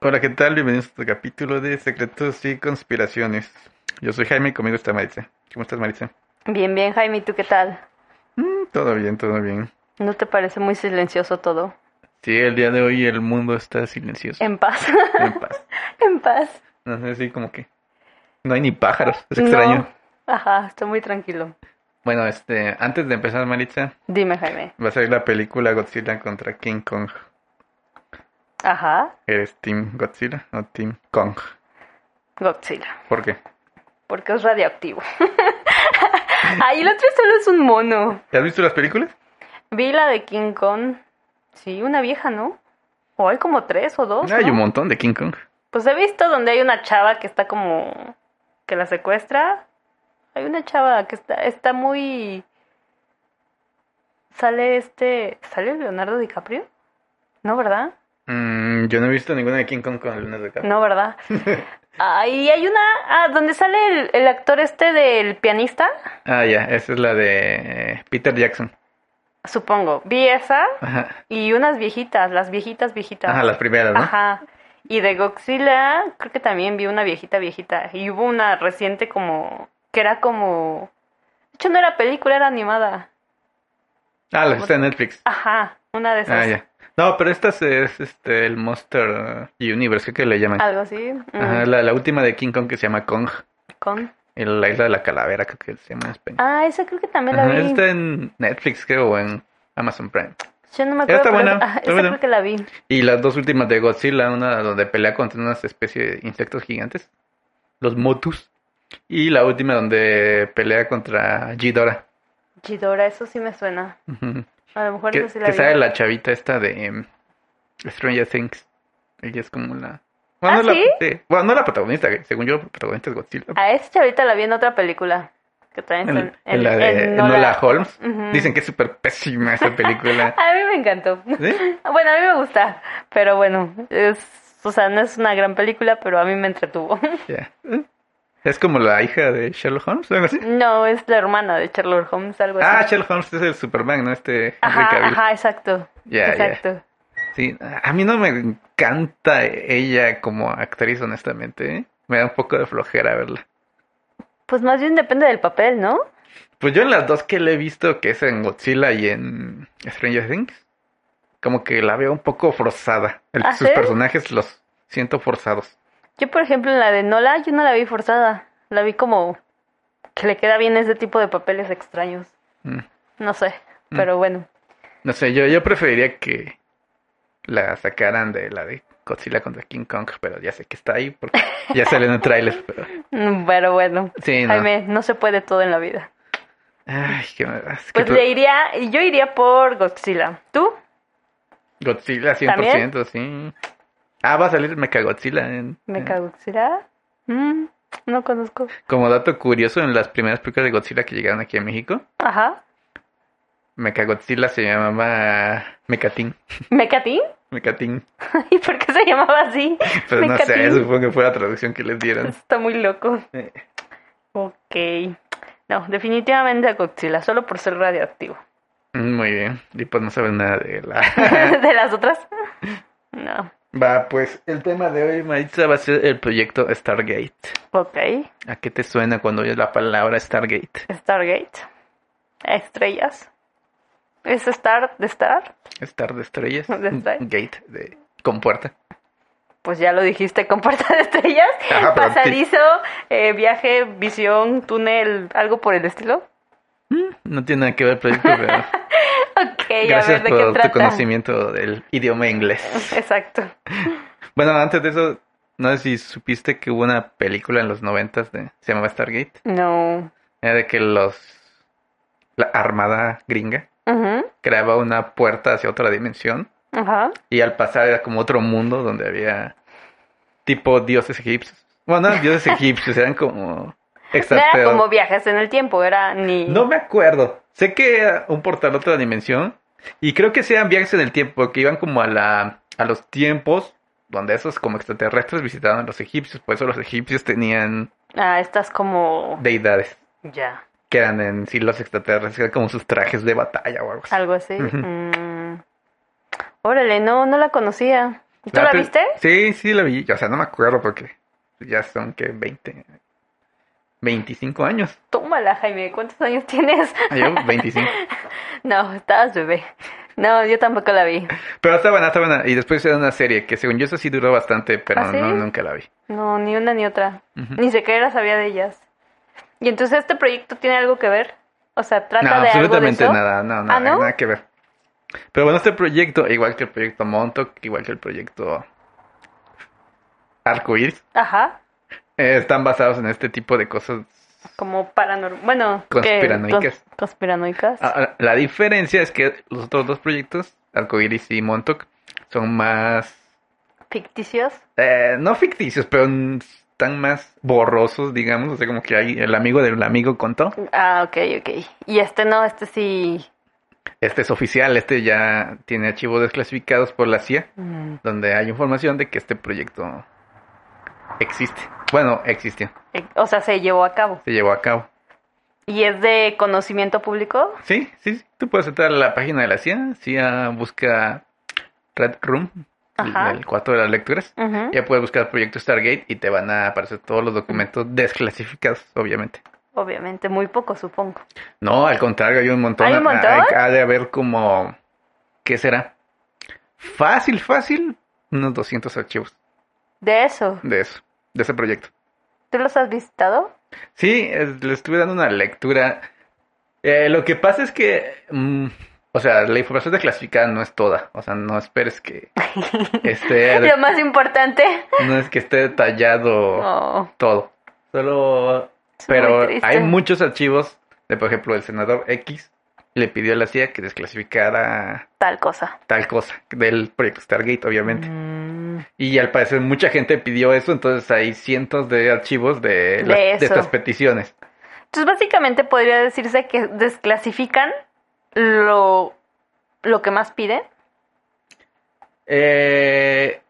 Hola, ¿qué tal? Bienvenidos a este capítulo de Secretos y Conspiraciones. Yo soy Jaime y conmigo está Maritza. ¿Cómo estás, Maritza? Bien, bien, Jaime, ¿y ¿tú qué tal? Mm, todo bien, todo bien. ¿No te parece muy silencioso todo? Sí, el día de hoy el mundo está silencioso. En paz, En paz. en paz. No sé, así como que no hay ni pájaros. Es extraño. No. Ajá, estoy muy tranquilo. Bueno, este, antes de empezar, Maritza, Dime, Jaime. va a salir la película Godzilla contra King Kong. Ajá, ¿Eres Team Godzilla o Team Kong? Godzilla, ¿Por qué? porque es radioactivo. Ahí el otro solo es un mono. ¿Te has visto las películas? Vi la de King Kong. Sí, una vieja, ¿no? O hay como tres o dos. Hay ¿no? un montón de King Kong. Pues he visto donde hay una chava que está como. que la secuestra. Hay una chava que está, está muy. Sale este. ¿Sale Leonardo DiCaprio? No, ¿verdad? Mm, yo no he visto ninguna de King Kong con Leonardo DiCaprio. No, ¿verdad? Ahí hay una. Ah, donde sale el, el actor este del pianista. Ah, ya, esa es la de eh, Peter Jackson. Supongo. Vi esa. Ajá. Y unas viejitas, las viejitas, viejitas. Ajá, las primeras, ¿no? Ajá. Y de Godzilla, creo que también vi una viejita viejita. Y hubo una reciente como... que era como... De hecho, no era película, era animada. Ah, la que está en Netflix. Ajá, una de esas. Ah, ya. No, pero esta es este, el Monster Universe, creo que le llaman. Algo así. mm, Ajá, la, la última de King Kong que se llama Kong. con... En la isla de la calavera, creo que se llama en español. Ah, esa creo que también la Ajá, vi. esa está en Netflix, creo, o en Amazon Prime. Yo no me Está acuerdo. pero buena, esa- ah, está esa buena. creo que la vi. Y las dos últimas de Godzilla, una donde pelea contra unas especies de insectos gigantes, los motus. Y la última donde pelea contra Ghidorah. Chidora, eso sí me suena. Ujú. A lo mejor que, esa sí la que vi. sale la chavita esta de em, Stranger Things. Ella es como la... ¿Ah, no la- sí? bueno, no la protagonista, que según yo, la protagonista es Godzilla. A esa chavita la vi en otra película. Que también en, está en la de en Enola, Nola. Holmes. Ujú. Dicen que es súper pésima esa película. A mí me encantó. ¿Sí? Bueno, a mí me gusta, pero bueno, es, o sea, no es una gran película, pero a mí me entretuvo. Ya. Es como la hija de Sherlock Holmes, algo así. No, es la hermana de Sherlock Holmes, algo Ah, así. Sherlock Holmes es el Superman, ¿no? Este Henry ajá, Cavill. ajá, exacto. Ya, ya. exacto. Sí, a mí no me encanta ella como actriz, honestamente. ¿eh? Me da un poco de flojera verla. Pues más bien depende del papel, ¿no? Pues yo en las dos que le he visto, que es en Godzilla y en Stranger Things, como que la veo un poco forzada. El- ¿Ah, sus sí? personajes los siento forzados. Yo, por ejemplo, en la de Nola, yo no la vi forzada. La vi como que le queda bien ese tipo de papeles extraños. Mm. No sé, Mm. pero bueno. No sé, yo, yo preferiría que la sacaran de la de Godzilla contra King Kong, pero ya sé que está ahí porque ya sale en el tráiler, pero... Mm, Pero bueno. Sí, no. Jaime, no se puede todo en la vida. Ay, qué... es que Pues tú- le iría, yo iría por Godzilla. ¿Tú? Godzilla 100%, sí. Ah, va a salir Mechagodzilla. En, ¿Me en- caducirá? Mm, no conozco. Como dato curioso, en las primeras películas de Godzilla que llegaron aquí a México, Ajá. Mechagodzilla se llamaba Mecatín. ¿Mecatín? Mecatín. ¿Y por qué se llamaba así? Pues no sé, Mecatín. supongo que fue la traducción que les dieron. Está muy loco. Eh, Ok. No, definitivamente a Godzilla, solo por ser radioactivo. Muy bien. Y pues no saben nada de la... ¿De las otras? No. Va, pues el tema de hoy, Maritza, va a ser el proyecto Stargate. Ok. ¿A qué te suena cuando oyes la palabra Stargate? Stargate. Estrellas. ¿Es Star de Star? Star de estrellas. Mm, De estrellas. Gate de con puerta. Pues ya lo dijiste, con puerta de estrellas. Ajá, Ah, pero sí. Pasadizo, eh, viaje, visión, túnel, algo por el estilo. No tiene nada que ver el proyecto, pero Ok, a gracias ver de qué por trata. tu conocimiento del idioma inglés. Exacto. Bueno, antes de eso, no sé si supiste que hubo una película en los noventas de se llamaba Stargate. No. Era de que los la armada gringa Ujú, creaba una puerta hacia otra dimensión Ajá. y al pasar era como otro mundo donde había tipo dioses egipcios. Bueno, no, dioses egipcios eran como No era extraterrestres. como viajes en el tiempo, era ni. No me acuerdo. Sé que era un portal a otra dimensión y creo que sí eran viajes en el tiempo que iban como a la a los tiempos donde esos como extraterrestres visitaban a los egipcios, por eso los egipcios tenían Ah, estás como. deidades. Ya. quedan en sí los extraterrestres, quedan como sus trajes de batalla o algo así. Algo así. Ujú. Mm. Órale, no, no la conocía. ¿Y ¿Tú la pe- viste? Sí, sí la vi. O sea, no me acuerdo porque ya son que 20, 25 años. Tómala, Jaime, ¿cuántos años tienes? Ah, Yo 25. No, estabas bebé. No, yo tampoco la vi. Pero está buena, está buena. Y después era una serie que según yo eso sí duró bastante, pero ¿Ah, sí? no, nunca la vi. No, ni una ni otra. Ujú. Ni siquiera sabía de ellas. ¿Y entonces este proyecto tiene algo que ver? O sea, No, trata de algo de absolutamente eso. ¿Ah, nada, no, nada, no? nada que ver. Pero bueno, este proyecto, igual que el proyecto Montauk, igual que el proyecto Arcoiris, Ajá. eh, están basados en este tipo de cosas. Como paranormal. Bueno, que- Conspiranoicas. cons- conspiranoicas. Ah, ah, La diferencia es que los otros dos proyectos, Arcoiris y Montauk, son más, Ficticios. eh, no ficticios, pero mm, están más borrosos, digamos, o sea, como que hay el amigo del amigo contó. Ah, ok, ok. Y este no, este sí. Este es oficial, este ya tiene archivos desclasificados por la CIA. mm, donde hay información de que este proyecto existe. Bueno, existió, eh, O sea, se llevó a cabo. se llevó a cabo. ¿Y es de conocimiento público? Sí, sí, sí, tú puedes entrar a la página de la CIA, CIA busca Red Room, Ajá. el cuarto de las lecturas. Ujú. Ya puedes buscar proyecto Stargate y te van a aparecer todos los documentos desclasificados, obviamente. Obviamente, muy poco, supongo. No, al contrario, hay un montón. ¿Hay un montón? Ha, ha de haber como, ¿qué será? Fácil, fácil, unos 200 archivos De eso. de eso, de ese proyecto. ¿Tú los has visitado? Sí, es- le estuve dando una lectura. Eh, lo que pasa es que, mm, o sea, la información desclasificada no es toda. O sea, no esperes que esté, Lo más importante. no es que esté detallado Oh, todo. Solo, es muy pero triste. hay muchos archivos de, por ejemplo, el senador X le pidió a la CIA que desclasificara Tal cosa. tal cosa del proyecto Stargate, obviamente. Mm, Y al parecer mucha gente pidió eso, entonces hay cientos de archivos de, De las- de eso. estas peticiones. Entonces, básicamente podría decirse que desclasifican lo, lo que más piden. Eh,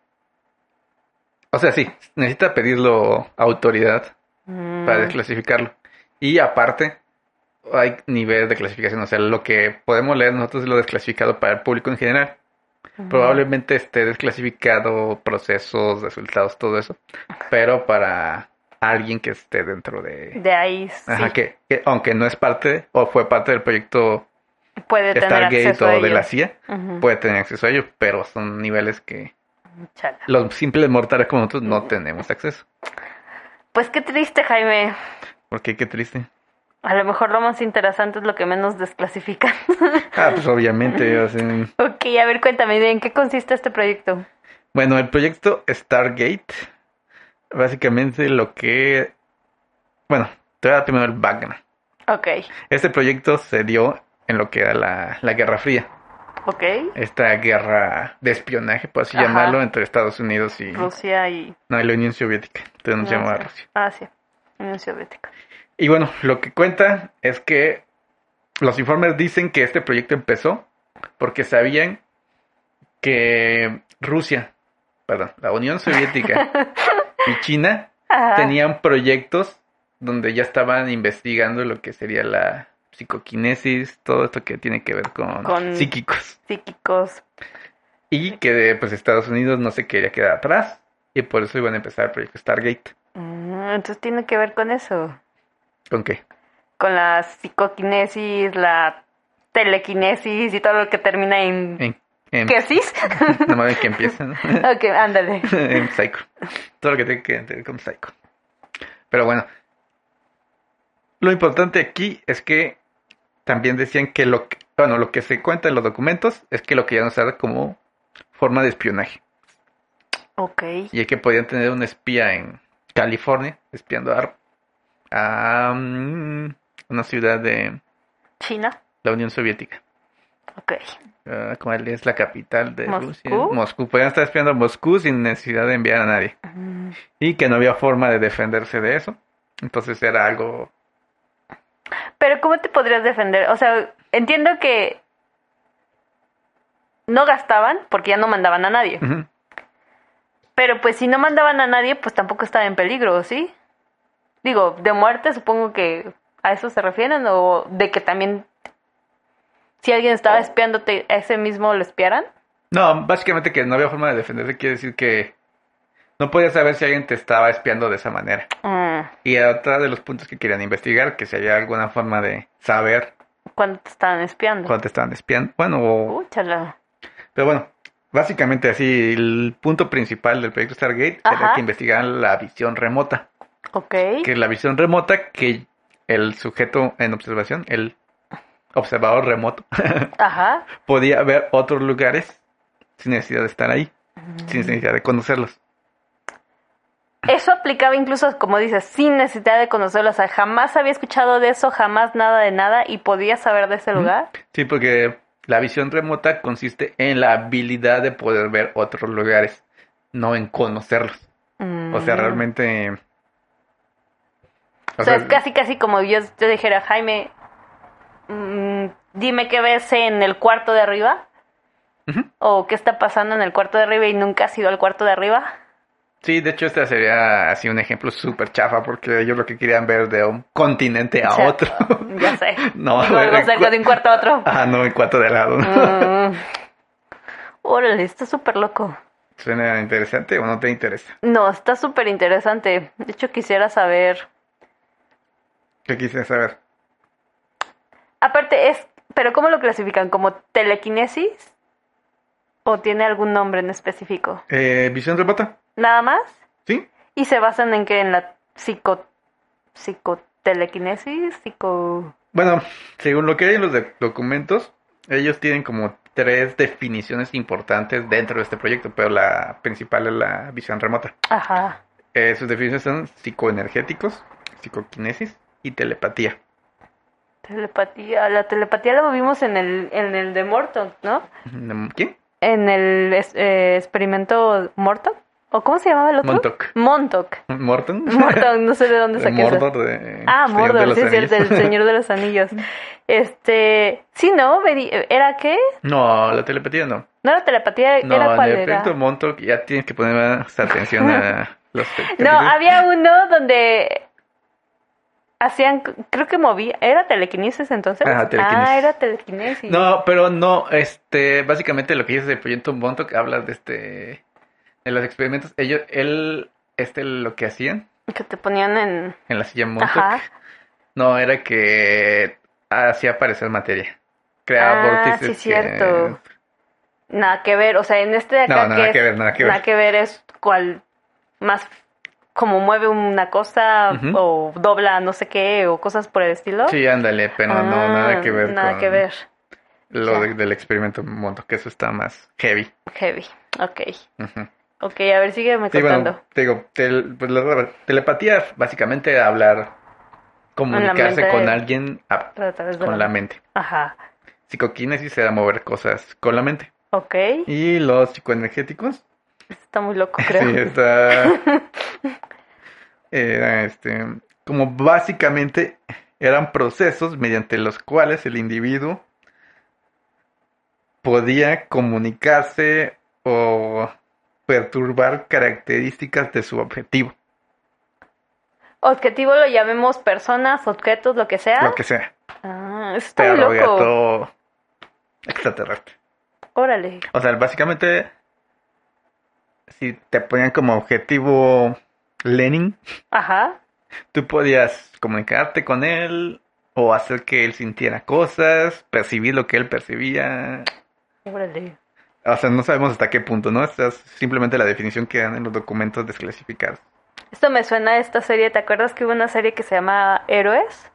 o sea, sí, necesita pedirlo autoridad Mm, para desclasificarlo. Y aparte, hay niveles de clasificación. O sea, lo que podemos leer nosotros es lo desclasificado para el público en general. mm. Probablemente esté desclasificado procesos, resultados, todo eso. Pero para alguien que esté dentro de... De ahí sí Ajá, que, que aunque no es parte o fue parte del proyecto puede tener Stargate acceso a o de Pues ello. la CIA, Ujú. puede tener acceso a ello, pero son niveles que... Chala. los simples mortales como nosotros no tenemos acceso. Pues qué triste, Jaime. Porque qué triste. A lo mejor lo más interesante es lo que menos desclasifican. Ah, pues obviamente. o sea, ok, a ver, cuéntame, ¿en qué consiste este proyecto? Bueno, el proyecto Stargate, básicamente lo que... Bueno, te voy a dar primero el background. Ok, Este proyecto se dio en lo que era la, la Guerra Fría. ok. Esta guerra de espionaje, por así Ajá. llamarlo, entre Estados Unidos y... Rusia y... No, y la Unión Soviética. Entonces nos no llamaba sé. Rusia. Ah, sí. Unión Soviética. Y bueno, lo que cuenta es que los informes dicen que este proyecto empezó porque sabían que Rusia, perdón, la Unión Soviética y China Ajá. tenían proyectos donde ya estaban investigando lo que sería la psicoquinesis, todo esto que tiene que ver con, Con- psíquicos. Psíquicos. Y que pues Estados Unidos no se quería quedar atrás y por eso iban a empezar el proyecto Stargate. Mm, Entonces tiene que ver con eso. ¿Con qué? Con la psicoquinesis, la telequinesis y todo lo que termina en... En, en, ¿Quesis? no mames, que empieza, ¿no? ok, ándale. en Psycho. Todo lo que tiene que ver con Psycho. Pero bueno. Lo importante aquí es que también decían que lo que, bueno, lo que se cuenta en los documentos es que lo querían usar como forma de espionaje. Ok. Y es que podían tener un espía en California espiando a, a, mm, una ciudad de China. la Unión Soviética. Ok. Ah, ¿Cuál es la capital de ¿Moscú? Rusia? Moscú. Podían estar espiando a Moscú sin necesidad de enviar a nadie. Mm, y que no había forma de defenderse de eso. Entonces era algo... Pero ¿cómo te podrías defender? O sea, entiendo que no gastaban porque ya no mandaban a nadie. Ujú. Pero pues si no mandaban a nadie, pues tampoco estaba en peligro, ¿sí? Digo, de muerte supongo que ¿A eso se refieren? ¿O de que también si alguien estaba espiándote, a ese mismo lo espiaran? No, básicamente que no había forma de defenderse, quiere decir que no podías saber si alguien te estaba espiando de esa manera. Mm, Y otra de los puntos que querían investigar, que si había alguna forma de saber ¿Cuándo te estaban espiando? cuándo te estaban espiando. Bueno, o- Úchala. pero bueno, básicamente así, el punto principal del proyecto Stargate era Ajá. que investigaran la visión remota. Ok. Que la visión remota que el sujeto en observación, el observador remoto, Ajá. podía ver otros lugares sin necesidad de estar ahí, Ah. sin necesidad de conocerlos. Eso aplicaba incluso, como dices, sin necesidad de conocerlo. O sea, jamás había escuchado de eso, jamás nada de nada y podía saber de ese Ujú. lugar. Sí, porque la visión remota consiste en la habilidad de poder ver otros lugares, no en conocerlos. O sea, Mm. realmente... O sea, es casi, casi como yo te dijera, Jaime, mm, dime qué ves en el cuarto de arriba ujú. o qué está pasando en el cuarto de arriba y nunca has ido al cuarto de arriba. Sí, de hecho este sería así un ejemplo súper chafa porque ellos lo que querían ver de un continente a O sea, otro. Ya sé. No, Digo, a ver, algo el cerca cua- de un cuarto a otro. ah, no, en cuatro de lado. Mm. Órale, está súper loco. ¿Suena interesante o no te interesa? No, está súper interesante. De hecho, quisiera saber. ¿Qué quise saber? Aparte, es. ¿Pero cómo lo clasifican? ¿Como telequinesis? ¿O tiene algún nombre en específico? Eh, ¿Visión remota? ¿Nada más? ¿Sí? ¿Y se basan en qué? ¿En la psico... psicotelequinesis? Psico... Bueno, según lo que hay en los de- documentos, ellos tienen como tres definiciones importantes dentro de este proyecto, pero la principal es la visión remota. Ajá. Eh, sus definiciones son psicoenergéticos, psicoquinesis y telepatía. Telepatía. La telepatía la vimos en el, en el de Morton, ¿no? Mm, ¿Quién? En el es- eh, experimento Morton. ¿O cómo se llamaba el otro? Montauk. Montauk. ¿Morton? Morton, no sé de dónde De saqué eso. Mordor, de Ah, Señor de Mordor, los sí, es cierto, el Anillos. Señor de los Anillos. Este, sí, ¿no? Veri- ¿Era qué? No, la telepatía no. ¿No era telepatía? No, ¿E-, ¿Era cuál en el era? proyecto Montauk ya tienes que poner más atención a los No, capítulos. había uno donde hacían, creo que movía, ¿era telequinesis entonces? Ajá, telequinesis. Ah, era telequinesis. No, pero no, este, básicamente lo que dice el proyecto Montauk habla de este, de los experimentos, ellos, él, este, lo que hacían Que te ponían en... en la silla Montauk, Ajá. no, era que hacía aparecer materia, creaba Ah, vórtices sí, cierto. que- Nada que ver, o sea, en este de No, acá nada es- que ver, nada que ver. Nada que ver es cual más como mueve una cosa Ujú. o dobla no sé qué o cosas por el estilo. Sí, ándale, pero no, nada que ver Ah, Nada con que ver. lo Ya. de- del experimento Montauk, que eso está más heavy. Heavy. Ok. Ujú. Ok, a ver, sígueme Sí, bueno, contando. te digo, tel- pues la telepatía es básicamente hablar, comunicarse mente con de- alguien a- Pero a través de con la- la mente. Ajá. Psicoquinesis era mover cosas con la mente. Ok. Y los psicoenergéticos, Está muy loco, creo. sí, está... era este, como básicamente eran procesos mediante los cuales el individuo podía comunicarse o perturbar características de su objetivo, Objetivo lo llamemos personas, objetos, lo que sea. lo que sea, Ah, eso está muy perro, loco. gato, extraterrestre. Órale. O sea, básicamente, si te ponían como objetivo Lenin, Ajá. tú podías comunicarte con él o hacer que él sintiera cosas, percibir lo que él percibía. Órale. O sea, no sabemos hasta qué punto, ¿no? Esta es simplemente la definición que dan en los documentos desclasificados. Esto me suena a esta serie. ¿Te acuerdas que hubo una serie que se llama Héroes?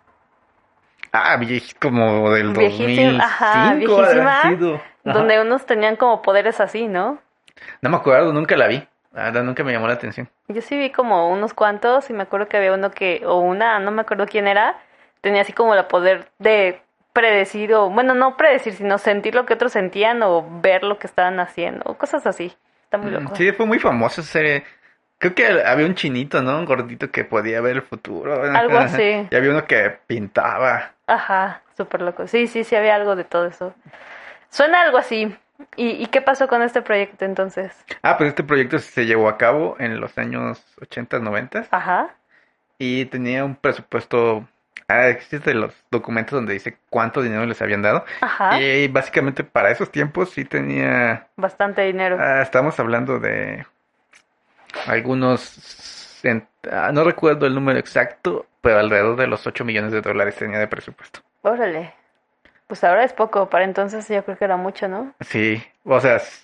Ah, viej- como del Viejísima, 2005 ajá, habrá viejísima, sido. Ajá. Donde unos tenían como poderes así, ¿no? No me acuerdo, nunca la vi. La verdad, nunca me llamó la atención. Yo sí vi como unos cuantos y me acuerdo que había uno que, o una, no me acuerdo quién era, tenía así como el poder de predecir o, bueno, no predecir, sino sentir lo que otros sentían o ver lo que estaban haciendo, o cosas así. Está muy Mm, loco. Sí, fue muy famoso esa serie. Creo que había un chinito, ¿no? Un gordito que podía ver el futuro. Algo así. Y había uno que pintaba. Ajá, súper loco. Sí, sí, sí, había algo de todo eso. Suena algo así. ¿Y, y qué pasó con este proyecto entonces? Ah, pues este proyecto se llevó a cabo en los años 80, 90 Ajá. y tenía un presupuesto ah, existe los documentos donde dice cuánto dinero les habían dado. Ajá. Y básicamente para esos tiempos sí tenía, Bastante dinero. ah, estamos hablando de algunos, cent- ah, no recuerdo el número exacto, pero alrededor de los 8 millones de dólares tenía de presupuesto. Órale. Pues ahora es poco, para entonces yo creo que era mucho, ¿no? Sí, o sea, s-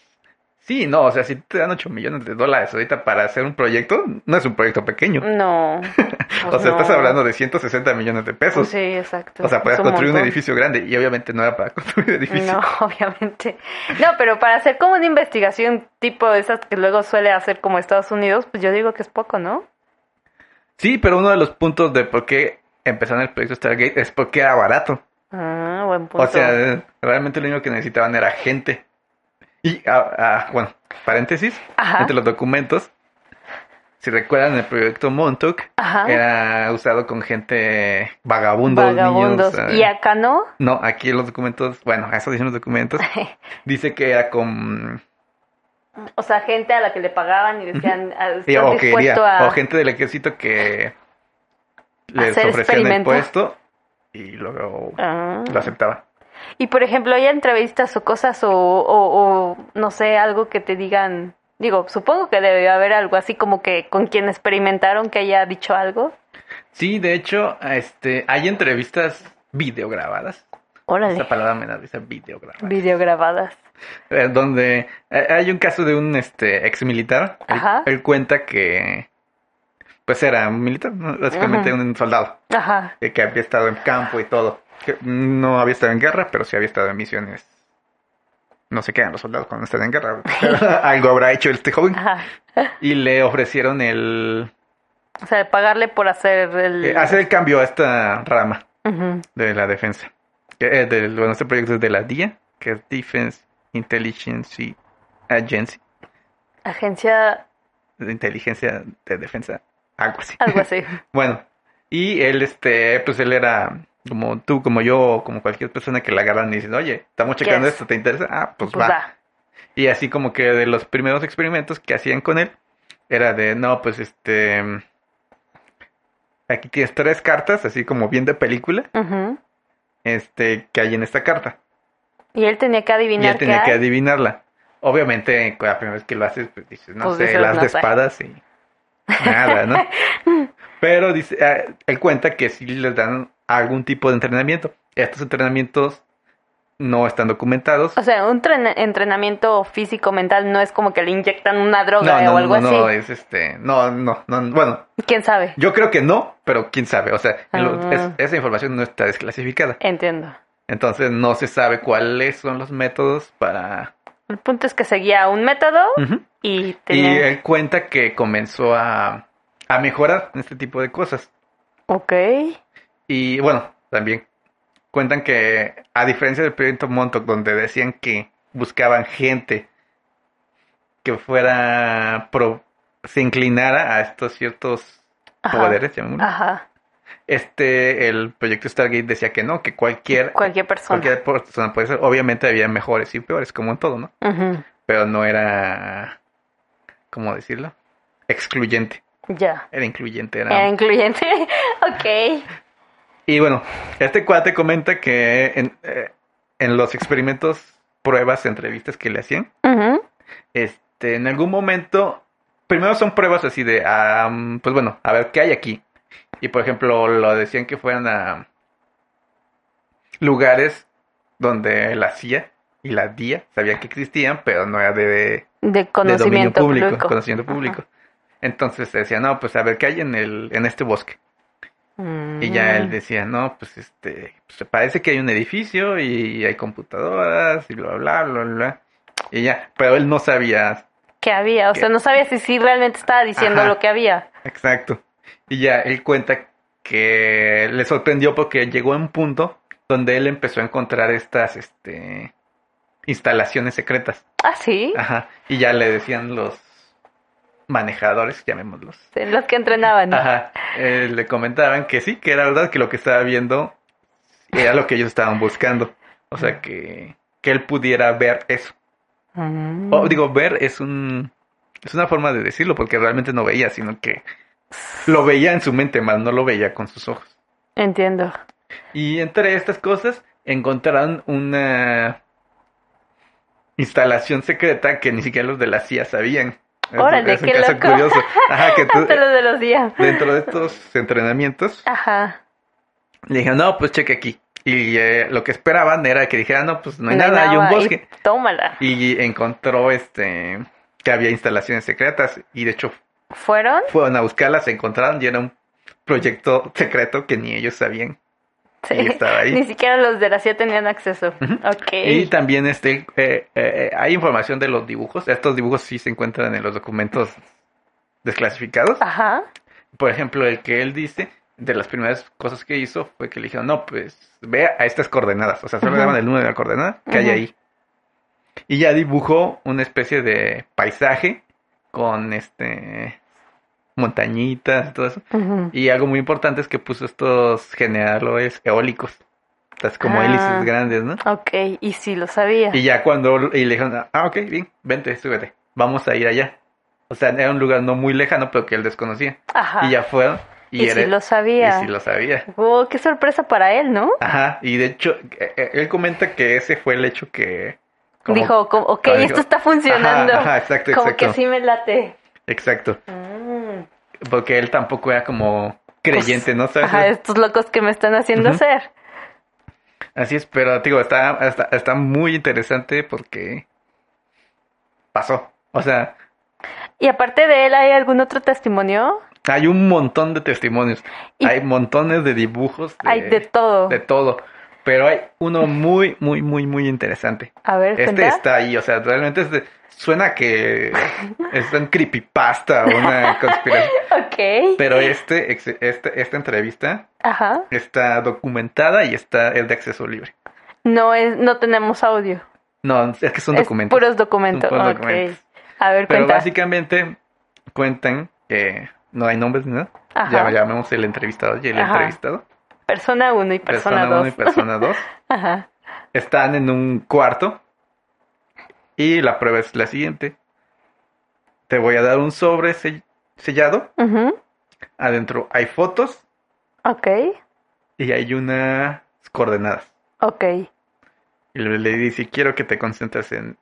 sí, no, o sea, si te dan 8 millones de dólares ahorita para hacer un proyecto, no es un proyecto pequeño. Mm, No. o sea, estás hablando de 160 millones de pesos. pues sí, exacto. O sea, puedes Es construir un montón. edificio grande y obviamente no era para construir un edificio. No, obviamente. No, pero para hacer como una investigación tipo de esas que luego suele hacer como Estados Unidos, pues yo digo que es poco, ¿no? Sí, pero uno de los puntos de por qué empezaron el proyecto Stargate es porque era barato. Ah, buen O punto. sea, realmente lo único que necesitaban era gente. Y, ah, ah, bueno, paréntesis, Ajá. entre los documentos, si recuerdan el proyecto Montauk, Ajá. era usado con gente vagabundos, niños, Vagabundos. ah, ¿Y acá no? No, aquí en los documentos, bueno, eso dicen los documentos, dice que era con... o sea, gente a la que le pagaban y decían, "Ah, Sí, ¿estás o que iría- dispuesto a...? o gente del ejército que les Hacer ofrecían el experimento. puesto y luego Ah. lo aceptaban. Y por ejemplo, hay entrevistas o cosas o, o, o, no sé, algo que te digan, digo, supongo que debe haber algo así como que con quien experimentaron que haya dicho algo. Sí, de hecho, este, hay entrevistas videograbadas. Órale, Esta palabra me da risa, videograbadas. videograbadas. Eh, donde eh, hay un caso de un este ex militar. Él, Ajá. él cuenta que pues era un militar, ¿no? básicamente Ajá. un soldado, Ajá, eh, que había estado en campo y todo. Que no había estado en guerra, pero sí había estado en misiones. No se quedan los soldados cuando están en guerra. Algo habrá hecho este joven. ajá. Y le ofrecieron el O sea, pagarle por hacer el... eh, hacer el cambio a esta rama Ujú. de la defensa. Que, eh, del- bueno, este proyecto es de la DIA, que es Defense Intelligence Agency. Agencia, de inteligencia de defensa, algo así. algo así. Bueno, y él, este, pues él era como tú, como yo, o como cualquier persona que la agarran y dicen, oye, estamos ¿Qué checando es? esto, ¿te interesa? Ah, pues, Pues va. va. Y así como que de los primeros experimentos que hacían con él, era de, no, pues este, aquí tienes tres cartas, así como bien de película, Ujú. este, que hay en esta carta. Y él tenía que Y adivinar él tenía qué que hay. adivinarla. Obviamente, la primera vez que lo haces, pues dices, no Pues sé, dices, las no de sé. espadas y nada, ¿no? Pero dice, ah, él cuenta que sí les dan algún tipo de entrenamiento. Estos entrenamientos no están documentados. O sea, un tren- entrenamiento físico mental no es como que le inyectan una No, droga no, o algo no, no, así. es este, no, no, no, bueno, ¿Quién sabe? yo creo que no, pero quién sabe, o sea, lo- Ah. es- esa información no está desclasificada. Entiendo. Entonces no se sabe cuáles son los métodos para... El punto es que seguía un método Ujú. y Y eh, tenía... él cuenta que comenzó a, a mejorar en este tipo de cosas. Ok. Y bueno, también cuentan que, a diferencia del proyecto Montauk, donde decían que buscaban gente que fuera pro- se inclinara a estos ciertos Ajá. Ah. poderes, llamémoslo. Ajá. Este, el proyecto Stargate decía que no, que cualquier, Cualquier persona. cualquier persona puede ser. Obviamente había mejores y peores, como en todo, ¿no? Ujú. Pero no era, ¿cómo decirlo? Excluyente. Ya. Era incluyente, Era era. incluyente. ok. Y bueno, este cuate comenta que en, eh, en los experimentos, pruebas, entrevistas que le hacían, Ujú. este, en algún momento, primero son pruebas así de, ah, mm, pues bueno, a ver qué hay aquí. Y por ejemplo, lo decían que fueran a lugares donde la CIA y la DIA sabían que existían, pero no era de, De de dominio conocimiento público, público. conocimiento público. Entonces decía, no, pues a ver qué hay en el, en este bosque. Y ya Mm. él decía, no, pues este, pues parece que hay un edificio y hay computadoras y bla, bla, bla, bla. Y ya, pero él no sabía, Que había, o sea, no sabía si sí realmente estaba diciendo Ajá. lo que había. exacto. Y ya él cuenta que le sorprendió porque llegó a un punto donde él empezó a encontrar estas, este, instalaciones secretas. Ah, sí. Ajá. Y ya le decían los manejadores, llamémoslos. Los que entrenaban. Ajá. eh, le comentaban que sí, que era verdad que lo que estaba viendo era lo que ellos estaban buscando. O sea, que, que él pudiera ver eso. Mm. O, Oh, digo, ver es un es una forma de decirlo porque realmente no veía, sino que lo veía en su mente, más no lo veía con sus ojos. Entiendo. Y entre estas cosas encontraron una instalación secreta que ni siquiera los de la CIA sabían. Es- Órale, es un qué caso loco. curioso. Ajá, que tú- eh, Hasta los de los días. dentro de estos entrenamientos Ajá. le dijeron, no, pues cheque aquí. Y eh, lo que esperaban era que dijera, no, pues no hay nada, hay un y bosque. tómala. Y encontró este que había instalaciones secretas y de hecho ¿Fueron? fueron a buscarlas, se encontraron y era un proyecto secreto que ni ellos sabían. Sí. Y estaba ahí. Ni siquiera los de la CIA tenían acceso. Ujú. Ok. Y también este eh, eh, hay información de los dibujos. Estos dibujos sí se encuentran en los documentos desclasificados. Ajá. Por ejemplo, el que él dice, de las primeras cosas que hizo fue que le dijeron, no, pues ve a estas coordenadas. O sea, solo le Ujú. daban el número de la coordenada que hay Ujú. ahí. Y ya dibujó una especie de paisaje con este montañitas, todo eso. Ujú. Y algo muy importante es que puso estos generadores eólicos. Estas como Ah. hélices grandes, ¿no? Ok, y sí lo sabía. Y ya cuando y le dijeron, ah, ok, bien, vente, súbete, vamos a ir allá. O sea, era un lugar no muy lejano, pero que él desconocía. Ajá. Y ya fueron. Y, era- sí lo y sabía. sí lo sabía. Wow, qué sorpresa para él, ¿no? Ajá, y de hecho, eh, eh, él comenta que ese fue el hecho que... como- Dijo, como, ok, Ah, dijo, esto está Ajá, funcionando. Ajá, exacto, como exacto. que sí me late. Exacto, Mm. porque él tampoco era como creyente, ¿no? ¿Sabes? Ajá, estos locos que me están haciendo Ujú. hacer. Así es, pero digo, está, está, está muy interesante porque pasó. O sea, Y aparte de él, ¿hay algún otro testimonio? hay un montón de testimonios, Y- hay montones de dibujos, de, Hay de todo. de todo, pero hay uno muy, muy, muy, muy interesante. A ver, Este cuenta. está ahí, o sea, realmente es de- suena que es un creepypasta o una conspiración, Ok. pero este, ex- este, esta entrevista Ajá. está documentada y está, es de acceso libre. No es, no tenemos audio. No, es que son Es documentos. puros documentos. Son puros ok. documentos. A ver, Pero cuenta. básicamente cuentan que no hay nombres ni nada. Ajá. Ya llamemos el entrevistado y el Ajá. entrevistado. Persona 1 y persona uno 2. y persona 2. Ajá. Están en un cuarto. Y la prueba es la siguiente. Te voy a dar un sobre sell- sellado. Ujú. Adentro hay fotos Ok. y hay unas coordenadas. Ok. Y le le dice, quiero que te concentres en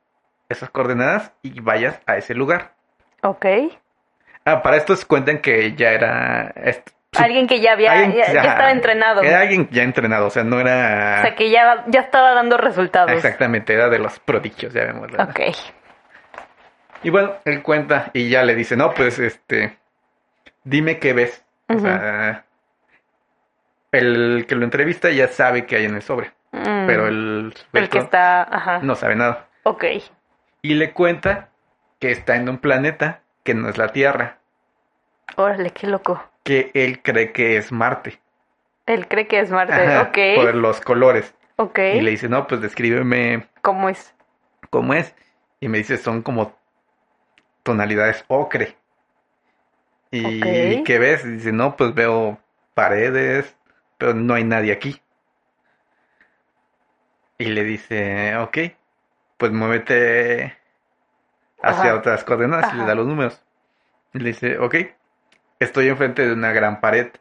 esas coordenadas y vayas a ese lugar. Ok. Ah, para estos cuentan que ya era... est- su- Alguien que ya había, Alguien que ya, ya ya- estaba entrenado. Era alguien ya entrenado, o sea, no era... O sea, que ya, ya estaba dando resultados. Exactamente, era de los prodigios, ya vemos. ¿verdad? Ok. Y bueno, él cuenta y ya le dice, no, pues este, dime qué ves. O Ujú. sea, el que lo entrevista ya sabe que hay en el sobre, Mm. pero el El que sujeto está. Ajá. no sabe nada. Ok. Y le cuenta que está en un planeta que no es la Tierra, Órale, qué loco. que él cree que es Marte. Él cree que es Marte. Ajá, ok. Por los colores. Ok. Y le dice, no, pues descríbeme ¿Cómo es? cómo es. Y me dice, son como tonalidades ocre. ¿Y Ok. qué ves? Y dice, no, pues veo paredes, pero no hay nadie aquí. Y le dice, ok, pues muévete hacia Ajá. otras coordenadas y Ah, le da Ajá. los números. Y le dice, ok, estoy enfrente de una gran pared,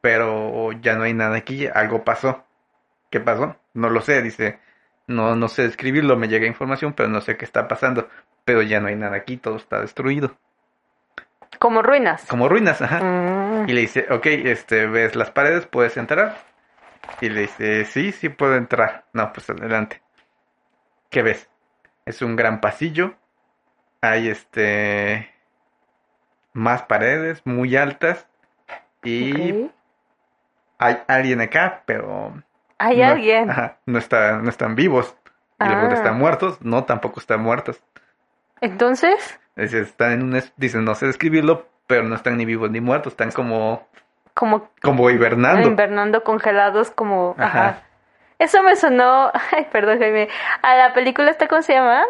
pero ya no hay nada aquí, algo pasó. ¿Qué pasó? No lo sé, dice, no, no sé describirlo, me llega información, pero no sé qué está pasando, pero ya no hay nada aquí, todo está destruido. Como ruinas. Como ruinas, ajá. Mm. Y le dice, ok, este, ves las paredes, puedes entrar. Y le dice, sí, sí puedo entrar. No, pues adelante. ¿Qué ves? Es un gran pasillo. Hay este. Más paredes muy altas. Y Ok. hay alguien acá, pero. Hay no- alguien. ajá, no, está, no están vivos. Y luego Ah. están muertos. No, tampoco están muertos. Entonces, Es- Están en un. es- Dicen, no sé describirlo, pero no están ni vivos ni muertos. Están como. como Como Ah, hibernando. invernando congelados, como. Ajá. Ajá. Eso me sonó. Ay, perdón, Jaime. A la película esta, ¿cómo se llama?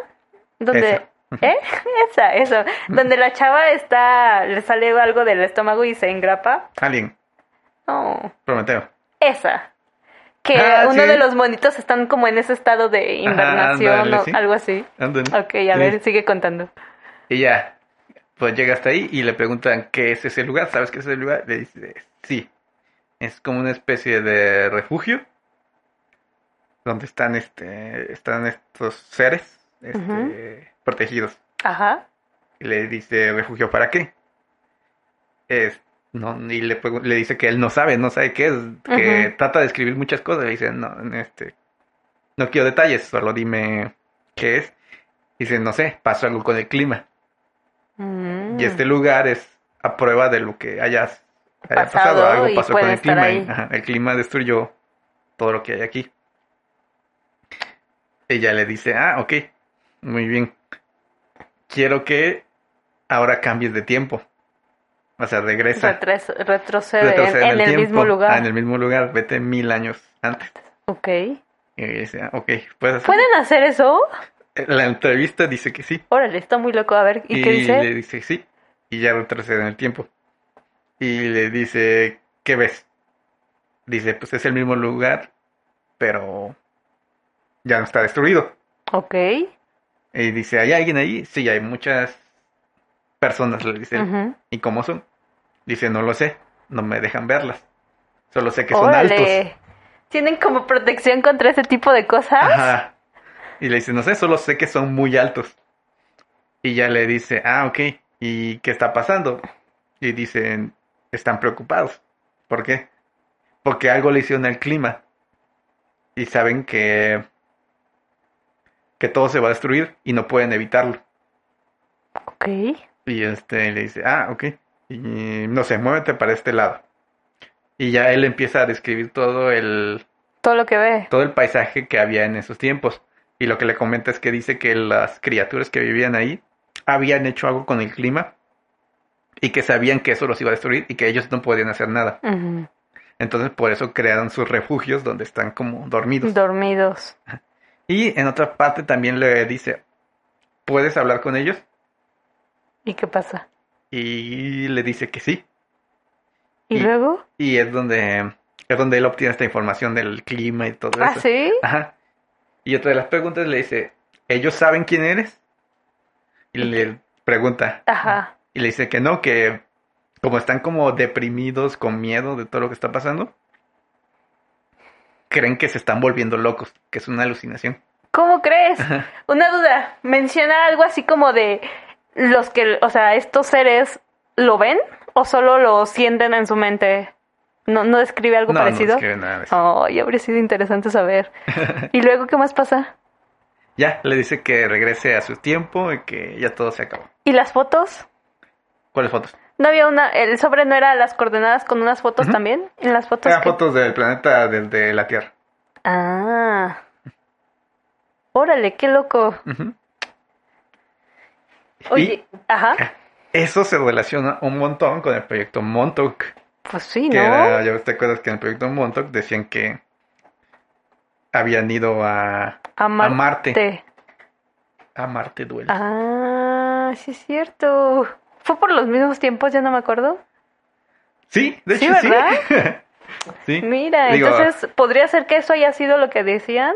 Donde. Esa. ¿Eh? Esa, eso. Donde la chava está. Le sale algo del estómago y se engrapa. Alguien, Oh. Prometeo. Esa. Que Ah, uno sí. de los monitos están como en ese estado de invernación ándale, o sí. algo así. Ándale. Ok, a Sí. ver, sigue contando. Y ya, pues llega hasta ahí y le preguntan qué es ese lugar, ¿sabes qué es ese lugar? Le dice, sí. es como una especie de refugio donde están este están estos seres este, Ujú. protegidos Ajá. y le dice refugio para qué es no y le, pregun- le dice que él no sabe no sabe qué es que Ujú. trata de escribir muchas cosas le dice no este no quiero detalles solo dime qué es dice no sé pasó algo con el clima Mm. y este lugar es a prueba de lo que hayas haya pasado. Pasado Algo y pasó puede con el estar clima. ahí. y, ajá, el clima destruyó todo lo que hay aquí. Ella le dice, ah, ok, muy bien. Quiero que ahora cambies de tiempo. O sea, regresa. Retres- retrocede, en- Retrocede en, el, mismo lugar. Ah, en el mismo lugar, vete mil años antes. Ok. Y ella dice, ah, ok, puedes hacer. Eh, ¿Pueden hacer eso? La entrevista dice que sí. Órale, está muy loco. A ver, ¿y, qué dice? le dice sí. Y ya retrocede en el tiempo. Y le dice, ¿qué ves? Dice, pues es el mismo lugar, pero ya no está destruido. Ok. Y dice, ¿hay alguien ahí? Sí, hay muchas personas, le dice. él. Ujú. ¿Y cómo son? Dice, no lo sé, no me dejan verlas. Solo sé que son altos. Órale. ¿Tienen como protección contra ese tipo de cosas? Ajá. Y le dice, no sé, solo sé que son muy altos. Y ya le dice, ah, ok, ¿y qué está pasando? Y dicen, están preocupados. ¿Por qué? Porque algo le hicieron al clima. Y saben que, que todo se va a destruir y no pueden evitarlo. Ok. Y este le dice, ah, ok, y, no sé, muévete para este lado. Y ya él empieza a describir todo el, Todo lo que ve. todo el paisaje que había en esos tiempos. Y lo que le comenta es que dice que las criaturas que vivían ahí habían hecho algo con el clima y que sabían que eso los iba a destruir y que ellos no podían hacer nada. Ujú. Entonces por eso crearon sus refugios donde están como dormidos. Dormidos. y en otra parte también le dice, ¿puedes hablar con ellos? ¿Y qué pasa? Y le dice que sí. ¿Y, Y- luego? Y es donde, es donde él obtiene esta información del clima y todo ¿Ah, eso. sí? Ajá. Y otra de las preguntas le dice, ¿ellos saben quién eres? Y le pregunta. Ajá. Y le dice que no, que como están como deprimidos, con miedo de todo lo que está pasando, creen que se están volviendo locos, que es una alucinación. ¿Cómo crees? Ajá. Una duda. Menciona algo así como de los que, o sea, estos seres lo ven o solo lo sienten en su mente. No, no describe algo no, no parecido. describe nada de eso. Oh, y habría sido interesante saber. ¿Y luego qué más pasa? Ya, le dice que regrese a su tiempo y que ya todo se acabó. ¿Y las fotos? ¿Cuáles fotos? ¿No había una, el sobre no era las coordenadas con unas fotos Ujú. también? ¿En las fotos? Eran que- Ah, fotos del planeta desde la Tierra. Ah. Órale, qué loco. Ujú. Oye, ajá. Eso se relaciona un montón con el proyecto Montauk. Pues sí, Que ¿no? era, ya te acuerdas que en el proyecto Montauk decían que habían ido a, Amarte. Marte. a Marte duele. Ah, sí es cierto. ¿Fue por los mismos tiempos? Ya no me acuerdo. Sí, de Sí, hecho sí. ¿verdad? sí. Mira, Digo, entonces podría ser que eso haya sido lo que decían.